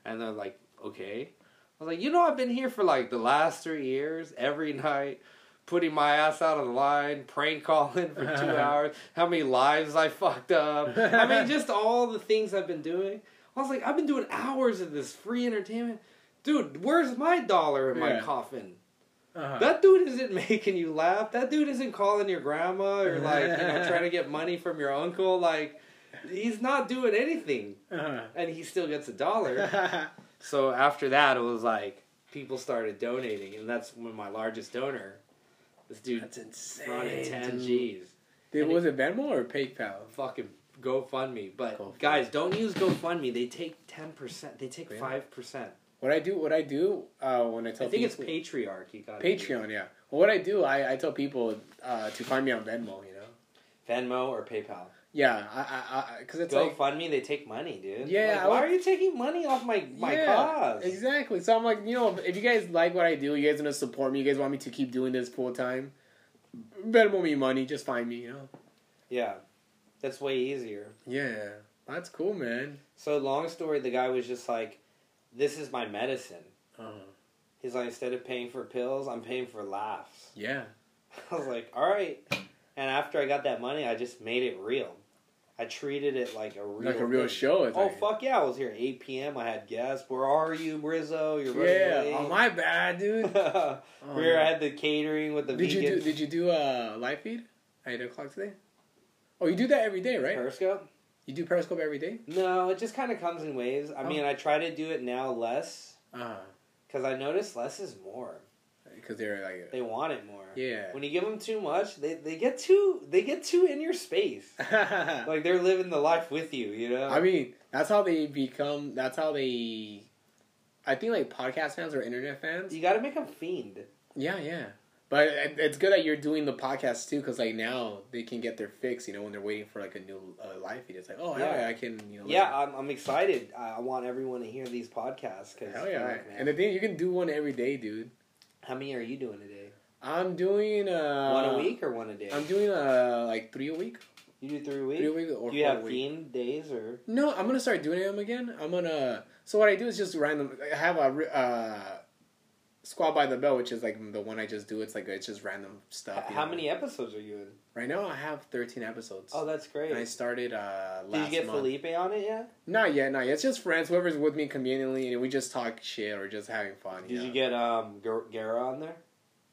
[SPEAKER 1] And they're like, okay. I was like, you know, I've been here for like the last three years, every night, putting my ass out of the line, prank calling for two hours, how many lives I fucked up. I mean, just all the things I've been doing. I was like, I've been doing hours of this free entertainment. Dude, where's my dollar in my
[SPEAKER 2] Yeah.
[SPEAKER 1] coffin?
[SPEAKER 2] uh
[SPEAKER 1] That dude isn't making you laugh. That dude isn't calling your grandma or like you know, trying to get money from your uncle. Like he's not doing anything,
[SPEAKER 2] Uh-huh.
[SPEAKER 1] and he still gets a dollar. so after that, it was like people started donating, and that's when my largest donor, this dude,
[SPEAKER 2] That's insane.
[SPEAKER 1] brought in ten
[SPEAKER 2] dude.
[SPEAKER 1] G's.
[SPEAKER 2] Dude, was it Venmo or PayPal?
[SPEAKER 1] Fucking GoFundMe, but
[SPEAKER 2] GoFundMe.
[SPEAKER 1] guys, don't use GoFundMe. They take ten percent. They take
[SPEAKER 2] Really?
[SPEAKER 1] five percent.
[SPEAKER 2] What I do, what I do uh, when I
[SPEAKER 1] I
[SPEAKER 2] tell
[SPEAKER 1] think it's
[SPEAKER 2] people,
[SPEAKER 1] Patriarch. You got
[SPEAKER 2] Patreon, yeah. Well, what I do, I, I tell people uh, to find me on Venmo, you know.
[SPEAKER 1] Venmo, or PayPal.
[SPEAKER 2] Yeah, I, I, I, cause it's like,
[SPEAKER 1] GoFundMe, they take money, dude.
[SPEAKER 2] Yeah,
[SPEAKER 1] Like,
[SPEAKER 2] I
[SPEAKER 1] why
[SPEAKER 2] would-
[SPEAKER 1] are you taking money off my my
[SPEAKER 2] yeah,
[SPEAKER 1] cause?
[SPEAKER 2] exactly. So I'm like, you know, if you guys like what I do, you guys want to support me, you guys want me to keep doing this full time, Venmo me money, just find me, you know.
[SPEAKER 1] Yeah, that's way easier.
[SPEAKER 2] Yeah, that's cool, man.
[SPEAKER 1] So long story, the guy was just like, "This is my medicine."
[SPEAKER 2] Uh,
[SPEAKER 1] He's like, instead of paying for pills, I'm paying for laughs.
[SPEAKER 2] yeah,
[SPEAKER 1] I was like, "All right." And after I got that money, I just made it real. I treated it like a real
[SPEAKER 2] like a real
[SPEAKER 1] thing.
[SPEAKER 2] show. It's
[SPEAKER 1] Oh
[SPEAKER 2] like,
[SPEAKER 1] fuck yeah! I was here at 8 p.m. I had guests. Where are you, Rizzo? You're running
[SPEAKER 2] Yeah,
[SPEAKER 1] late.
[SPEAKER 2] oh my bad, dude. Oh,
[SPEAKER 1] we were
[SPEAKER 2] man.
[SPEAKER 1] at the catering with the
[SPEAKER 2] Did you
[SPEAKER 1] vegan
[SPEAKER 2] do? Did you do uh, live feed at eight o'clock today? Oh, you do that every day, right?
[SPEAKER 1] Periscope.
[SPEAKER 2] You do Periscope every day.
[SPEAKER 1] No, it just kind of comes in waves. I
[SPEAKER 2] Oh.
[SPEAKER 1] mean, I try to do it now less
[SPEAKER 2] Uh
[SPEAKER 1] because I notice less is more.
[SPEAKER 2] because they're like,
[SPEAKER 1] They want it more.
[SPEAKER 2] yeah.
[SPEAKER 1] Uh-huh. When you give them too much, they, they get too they get too in your space. Like they're living the life with you, you know.
[SPEAKER 2] I mean, that's how they become. That's how they. I think like podcast fans or internet fans.
[SPEAKER 1] you got to make them fiend.
[SPEAKER 2] Yeah, yeah. But it- it's good that you're doing the podcast too, because like now they can get their fix. You know, when they're waiting for like a new uh, live feed, it's like, oh yeah,
[SPEAKER 1] Yeah.
[SPEAKER 2] I can. You know,
[SPEAKER 1] Yeah, I'm, I'm excited. I I want everyone to hear these podcasts. Cause,
[SPEAKER 2] listen. hell yeah.
[SPEAKER 1] fuck, man.
[SPEAKER 2] And the thing you can do one every day, dude.
[SPEAKER 1] how many are you doing today?
[SPEAKER 2] I'm doing uh,
[SPEAKER 1] one a week or one a day?
[SPEAKER 2] I'm doing uh like three a week,
[SPEAKER 1] you do three a week.
[SPEAKER 2] three a week or
[SPEAKER 1] do you
[SPEAKER 2] four
[SPEAKER 1] have
[SPEAKER 2] a week.
[SPEAKER 1] fiend days or?
[SPEAKER 2] No, I'm gonna start doing them again. I'm gonna. So what I do is just random. I have a re- uh, squad by the bell, which is like the one I just do. It's like it's just random stuff. you
[SPEAKER 1] How
[SPEAKER 2] know.
[SPEAKER 1] many episodes are you in?
[SPEAKER 2] Right now, I have 13 episodes.
[SPEAKER 1] Oh, that's great.
[SPEAKER 2] and I started uh, last
[SPEAKER 1] Did you get
[SPEAKER 2] month.
[SPEAKER 1] Felipe on it yet?
[SPEAKER 2] Not yet, not yet. It's just friends, whoever's with me conveniently, and we just talk shit or just having fun.
[SPEAKER 1] Did
[SPEAKER 2] know?
[SPEAKER 1] you get um Gar- Gara on there?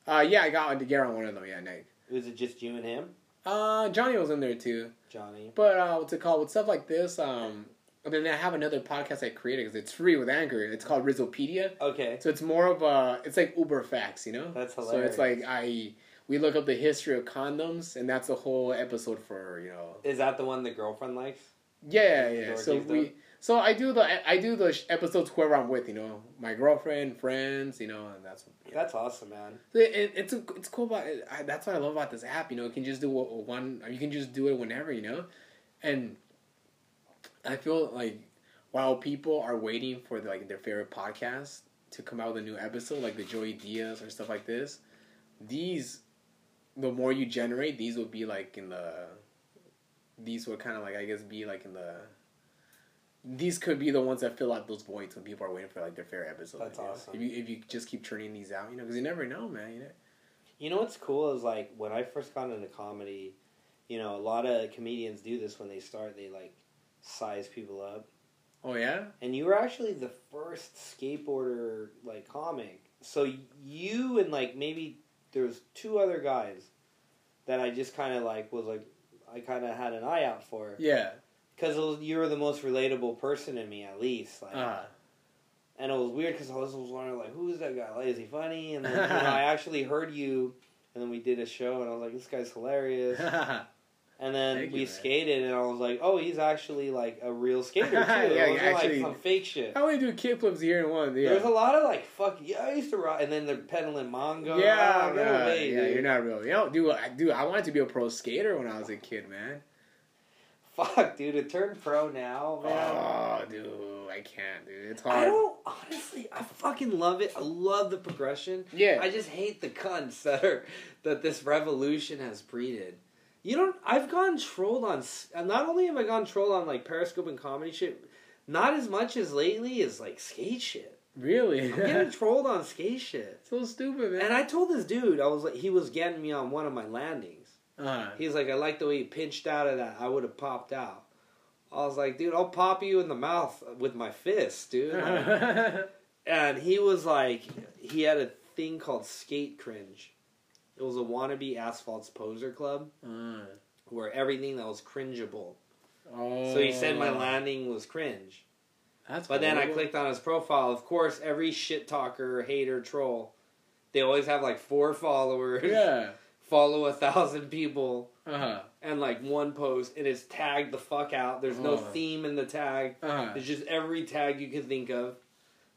[SPEAKER 2] Uh, yeah, I got Garrett on one of them. Yeah, Nick.
[SPEAKER 1] Was it just you and him,
[SPEAKER 2] Uh, Johnny was in there too.
[SPEAKER 1] Johnny?
[SPEAKER 2] But uh, what's it called? With stuff like this, um, and then I have another podcast I created because it's free with Anchor. It's called Rizzopedia.
[SPEAKER 1] Okay.
[SPEAKER 2] So it's more of a, it's like Uber facts, you know.
[SPEAKER 1] That's
[SPEAKER 2] So it's like I, we look up the history of condoms, and that's a whole episode for you know.
[SPEAKER 1] Is that the one the girlfriend likes?
[SPEAKER 2] Yeah, yeah.
[SPEAKER 1] Dorothy's
[SPEAKER 2] So
[SPEAKER 1] done.
[SPEAKER 2] we, so I do the, I do the sh- episodes whoever I'm with, you know, my girlfriend, friends, you know, and that's.
[SPEAKER 1] That's awesome, man.
[SPEAKER 2] So it, it- it's a, it's cool about it. I, that's what I love about this app. You know, you can just do what- one. You can just do it whenever you know, and I feel like while people are waiting for like their favorite podcast, to come out with a new episode, like the Joey Diaz or stuff like this, these, the more you generate, these will be like in the, these will kind of like I guess be like in the. These could be the ones that fill out those voids when people are waiting for like their fair episode.
[SPEAKER 3] That's
[SPEAKER 2] I guess.
[SPEAKER 3] awesome.
[SPEAKER 2] If you if you just keep churning these out, you know, because you never know, man. You know,
[SPEAKER 1] You know what's cool is like when I first got into comedy, you know, a lot of comedians do this when they start, they like size people up.
[SPEAKER 2] Oh yeah,
[SPEAKER 1] And you were actually the first skateboarder like comic. So you and like maybe there was two other guys that I just kind of like was like I kind of had an eye out for
[SPEAKER 2] yeah.
[SPEAKER 1] because you were the most relatable person to me at least. Like,
[SPEAKER 2] Uh,
[SPEAKER 1] and it was weird because I was always wondering like, who's that guy? Like, is he funny? And then you know, I actually heard you, and then we did a show, and I was like, this guy's hilarious. And then
[SPEAKER 2] Thank
[SPEAKER 1] we
[SPEAKER 2] you, man.
[SPEAKER 1] skated, and I was like, oh, he's actually like a real skater too.
[SPEAKER 2] Yeah,
[SPEAKER 1] it wasn't
[SPEAKER 2] actually-
[SPEAKER 1] like some fake shit.
[SPEAKER 2] I only do kickflips here in one. Yeah,
[SPEAKER 1] There's a lot of like fuck yeah, I used to rock, and then they're peddling mango.
[SPEAKER 2] yeah,
[SPEAKER 1] Ah, no
[SPEAKER 2] yeah,
[SPEAKER 1] way,
[SPEAKER 2] yeah,
[SPEAKER 1] dude.
[SPEAKER 2] You're not real. You know, dude. I do. I wanted to be a pro skater when I was a kid, man.
[SPEAKER 1] Fuck, dude, it turned pro now, man.
[SPEAKER 2] Oh, dude, I can't, dude. It's
[SPEAKER 1] I
[SPEAKER 2] hard.
[SPEAKER 1] don't honestly. I fucking love it. I love the progression.
[SPEAKER 2] Yeah.
[SPEAKER 1] I just hate the cunts that are that this revolution has breeded. You don't. I've gone trolled on. s- and Not only have I gone trolled on like Periscope and comedy shit, not as much as lately as like skate shit.
[SPEAKER 2] really.
[SPEAKER 1] I'm getting trolled on skate shit.
[SPEAKER 2] so stupid, man.
[SPEAKER 1] And I told this dude, I was like, he was getting me on one of my landings.
[SPEAKER 2] uh,
[SPEAKER 1] He's like, I like the way you pinched out of that. I would have popped out. I was like, dude, I'll pop you in the mouth with my fist, dude. Like, and he was like, he had a thing called skate cringe. It was a wannabe asphalt's poser club
[SPEAKER 2] Uh,
[SPEAKER 1] where everything that was cringeable.
[SPEAKER 2] oh,
[SPEAKER 1] So he said my landing was cringe.
[SPEAKER 2] That's
[SPEAKER 1] But then I
[SPEAKER 2] horrible.
[SPEAKER 1] clicked on his profile. Of course, every shit talker, hater, troll, they always have like four followers,
[SPEAKER 2] Yeah.
[SPEAKER 1] follow a thousand people.
[SPEAKER 2] Uh huh.
[SPEAKER 1] and like one post and it's tagged the fuck out. There's no
[SPEAKER 2] Oh.
[SPEAKER 1] theme in the tag.
[SPEAKER 2] Uh huh.
[SPEAKER 1] It's just every tag you can think of.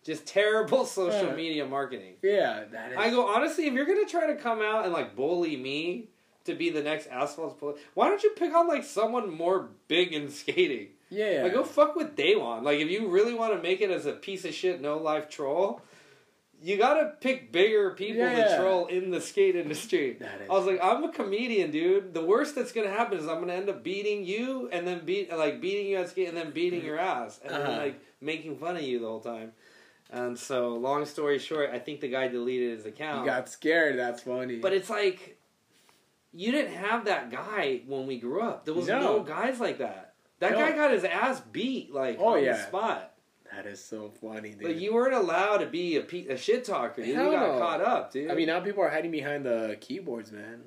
[SPEAKER 1] Just terrible social
[SPEAKER 2] Yeah.
[SPEAKER 1] media marketing.
[SPEAKER 2] Yeah. That is.
[SPEAKER 1] I go honestly, if you're gonna try to come out and like bully me to be the next asphalt, poli- why don't you pick on like someone more big in skating?
[SPEAKER 2] Yeah.
[SPEAKER 1] Like go fuck with Daylon. Like if you really want to make it as a piece of shit no life troll, you gotta pick bigger people to
[SPEAKER 2] Yeah.
[SPEAKER 1] troll in the skate industry.
[SPEAKER 2] That is-
[SPEAKER 1] I was like, I'm a comedian, dude. The worst that's gonna happen is I'm gonna end up beating you and then beat like beating you at skate and then beating your ass and then
[SPEAKER 2] Uh-huh.
[SPEAKER 1] like making fun of you the whole time. And so, long story short, I think the guy deleted his account.
[SPEAKER 2] You got scared. That's funny.
[SPEAKER 1] But it's like, you didn't have that guy when we grew up. There was no,
[SPEAKER 2] No.
[SPEAKER 1] guys like that. That
[SPEAKER 2] No.
[SPEAKER 1] guy got his ass beat, like
[SPEAKER 2] Oh,
[SPEAKER 1] on the
[SPEAKER 2] yeah.
[SPEAKER 1] spot.
[SPEAKER 2] that is so funny, dude.
[SPEAKER 1] But you weren't allowed to be a, pe- a shit talker. dude. You
[SPEAKER 2] Hell
[SPEAKER 1] got
[SPEAKER 2] no.
[SPEAKER 1] caught up, dude.
[SPEAKER 2] I mean, now people are hiding behind the keyboards, man.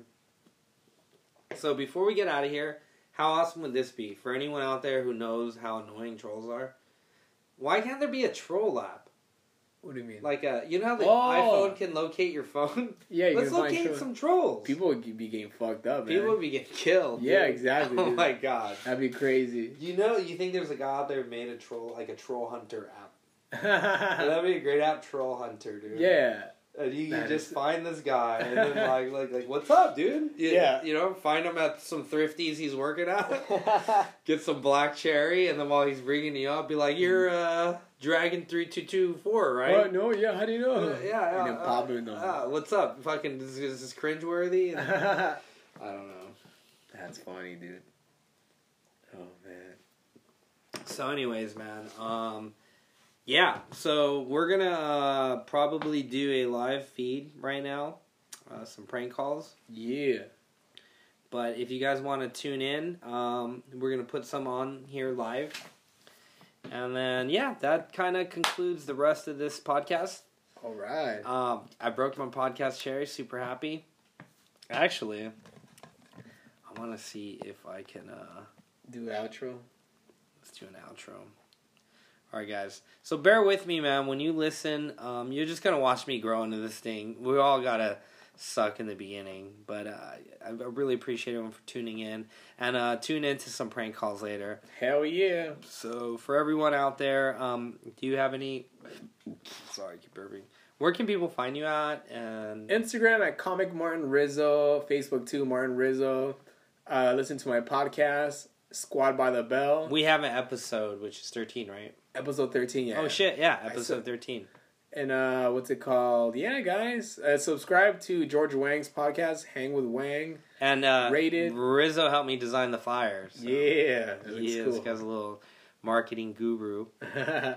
[SPEAKER 1] so before we get out of here, how awesome would this be for anyone out there who knows how annoying trolls are? Why can't there be a troll app?
[SPEAKER 2] What do you mean?
[SPEAKER 1] Like a, you know, how the
[SPEAKER 2] Oh.
[SPEAKER 1] iPhone can locate your phone.
[SPEAKER 2] yeah, you
[SPEAKER 1] Let's
[SPEAKER 2] can find
[SPEAKER 1] locate
[SPEAKER 2] trolls.
[SPEAKER 1] some trolls.
[SPEAKER 2] People would be getting fucked up, man.
[SPEAKER 1] people would be getting killed.
[SPEAKER 2] Yeah,
[SPEAKER 1] dude.
[SPEAKER 2] exactly,
[SPEAKER 1] Oh
[SPEAKER 2] dude.
[SPEAKER 1] my god.
[SPEAKER 2] That'd be crazy.
[SPEAKER 1] You know, you think there's a guy out there who made a troll, like a troll hunter app.
[SPEAKER 2] yeah.
[SPEAKER 1] That'd be a great app, troll hunter, dude. And you, you
[SPEAKER 2] That
[SPEAKER 1] just
[SPEAKER 2] is-
[SPEAKER 1] find this guy and then like, like, like, what's up, dude? You,
[SPEAKER 2] Yeah.
[SPEAKER 1] You know, find him at some thrifties he's working at. Get some black cherry, and then while he's bringing you up, be like, you're
[SPEAKER 2] Mm.
[SPEAKER 1] uh, Dragon three two two four,
[SPEAKER 2] Oh
[SPEAKER 1] right?
[SPEAKER 2] no! Yeah. How do you know?
[SPEAKER 1] Yeah, yeah.
[SPEAKER 2] And then
[SPEAKER 1] uh,
[SPEAKER 2] pop in
[SPEAKER 1] uh, what's up? Fucking, is, is this cringeworthy? And-
[SPEAKER 2] them.
[SPEAKER 1] I don't know.
[SPEAKER 2] That's funny, dude. Oh man.
[SPEAKER 1] So, anyways, man, um, yeah. So we're gonna uh, probably do a live feed right now, uh, some prank calls.
[SPEAKER 2] Yeah.
[SPEAKER 1] But if you guys want to tune in, um, we're gonna put some on here live. And then yeah, that kind of concludes the rest of this podcast.
[SPEAKER 2] All right.
[SPEAKER 1] Um, I broke my podcast cherry. Super happy. Actually, I want to see if I can. Uh,
[SPEAKER 2] Do outro.
[SPEAKER 1] Let's do an outro. All right, guys. So bear with me, man. When you listen, um, you're just gonna watch me grow into this thing. We all gotta suck in the beginning, but uh, I I really appreciate everyone for tuning in and uh, tune in to some prank calls later.
[SPEAKER 2] Hell yeah.
[SPEAKER 1] So for everyone out there, um, do you have any? Sorry, I keep burping. Where can people find you at? And
[SPEAKER 2] Instagram at comic Martin Rizzo. Facebook too, Martin Rizzo. Uh, listen to my podcast, Squad by the Bell,
[SPEAKER 1] we have an episode, which is thirteen, right?
[SPEAKER 2] episode thirteen. Yeah.
[SPEAKER 1] Oh shit! Yeah,
[SPEAKER 2] I
[SPEAKER 1] episode
[SPEAKER 2] said-
[SPEAKER 1] thirteen.
[SPEAKER 2] And uh, what's it called? Yeah, guys, uh, subscribe to George Wang's podcast, Hang with Wang.
[SPEAKER 1] And uh,
[SPEAKER 2] Rated.
[SPEAKER 1] Rizzo helped me design the fire. So
[SPEAKER 2] Yeah, that
[SPEAKER 1] he is.
[SPEAKER 2] looks
[SPEAKER 1] Guy's a little marketing guru.
[SPEAKER 2] cool.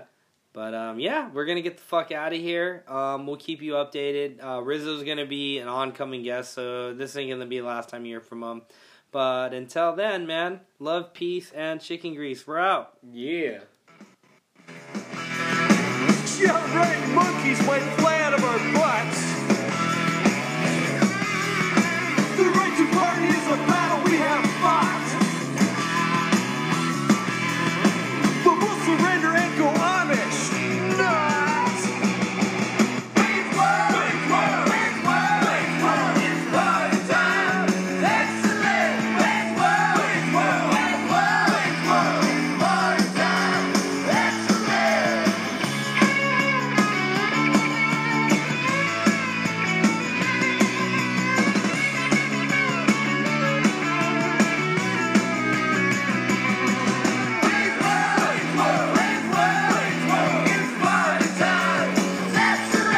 [SPEAKER 1] But um, yeah, we're gonna get the fuck out of here. Um, we'll keep you updated. Uh, Rizzo's gonna be an oncoming guest, so this ain't gonna be the last time you hear from him. But until then, man, love, peace, and chicken grease. We're out.
[SPEAKER 2] yeah.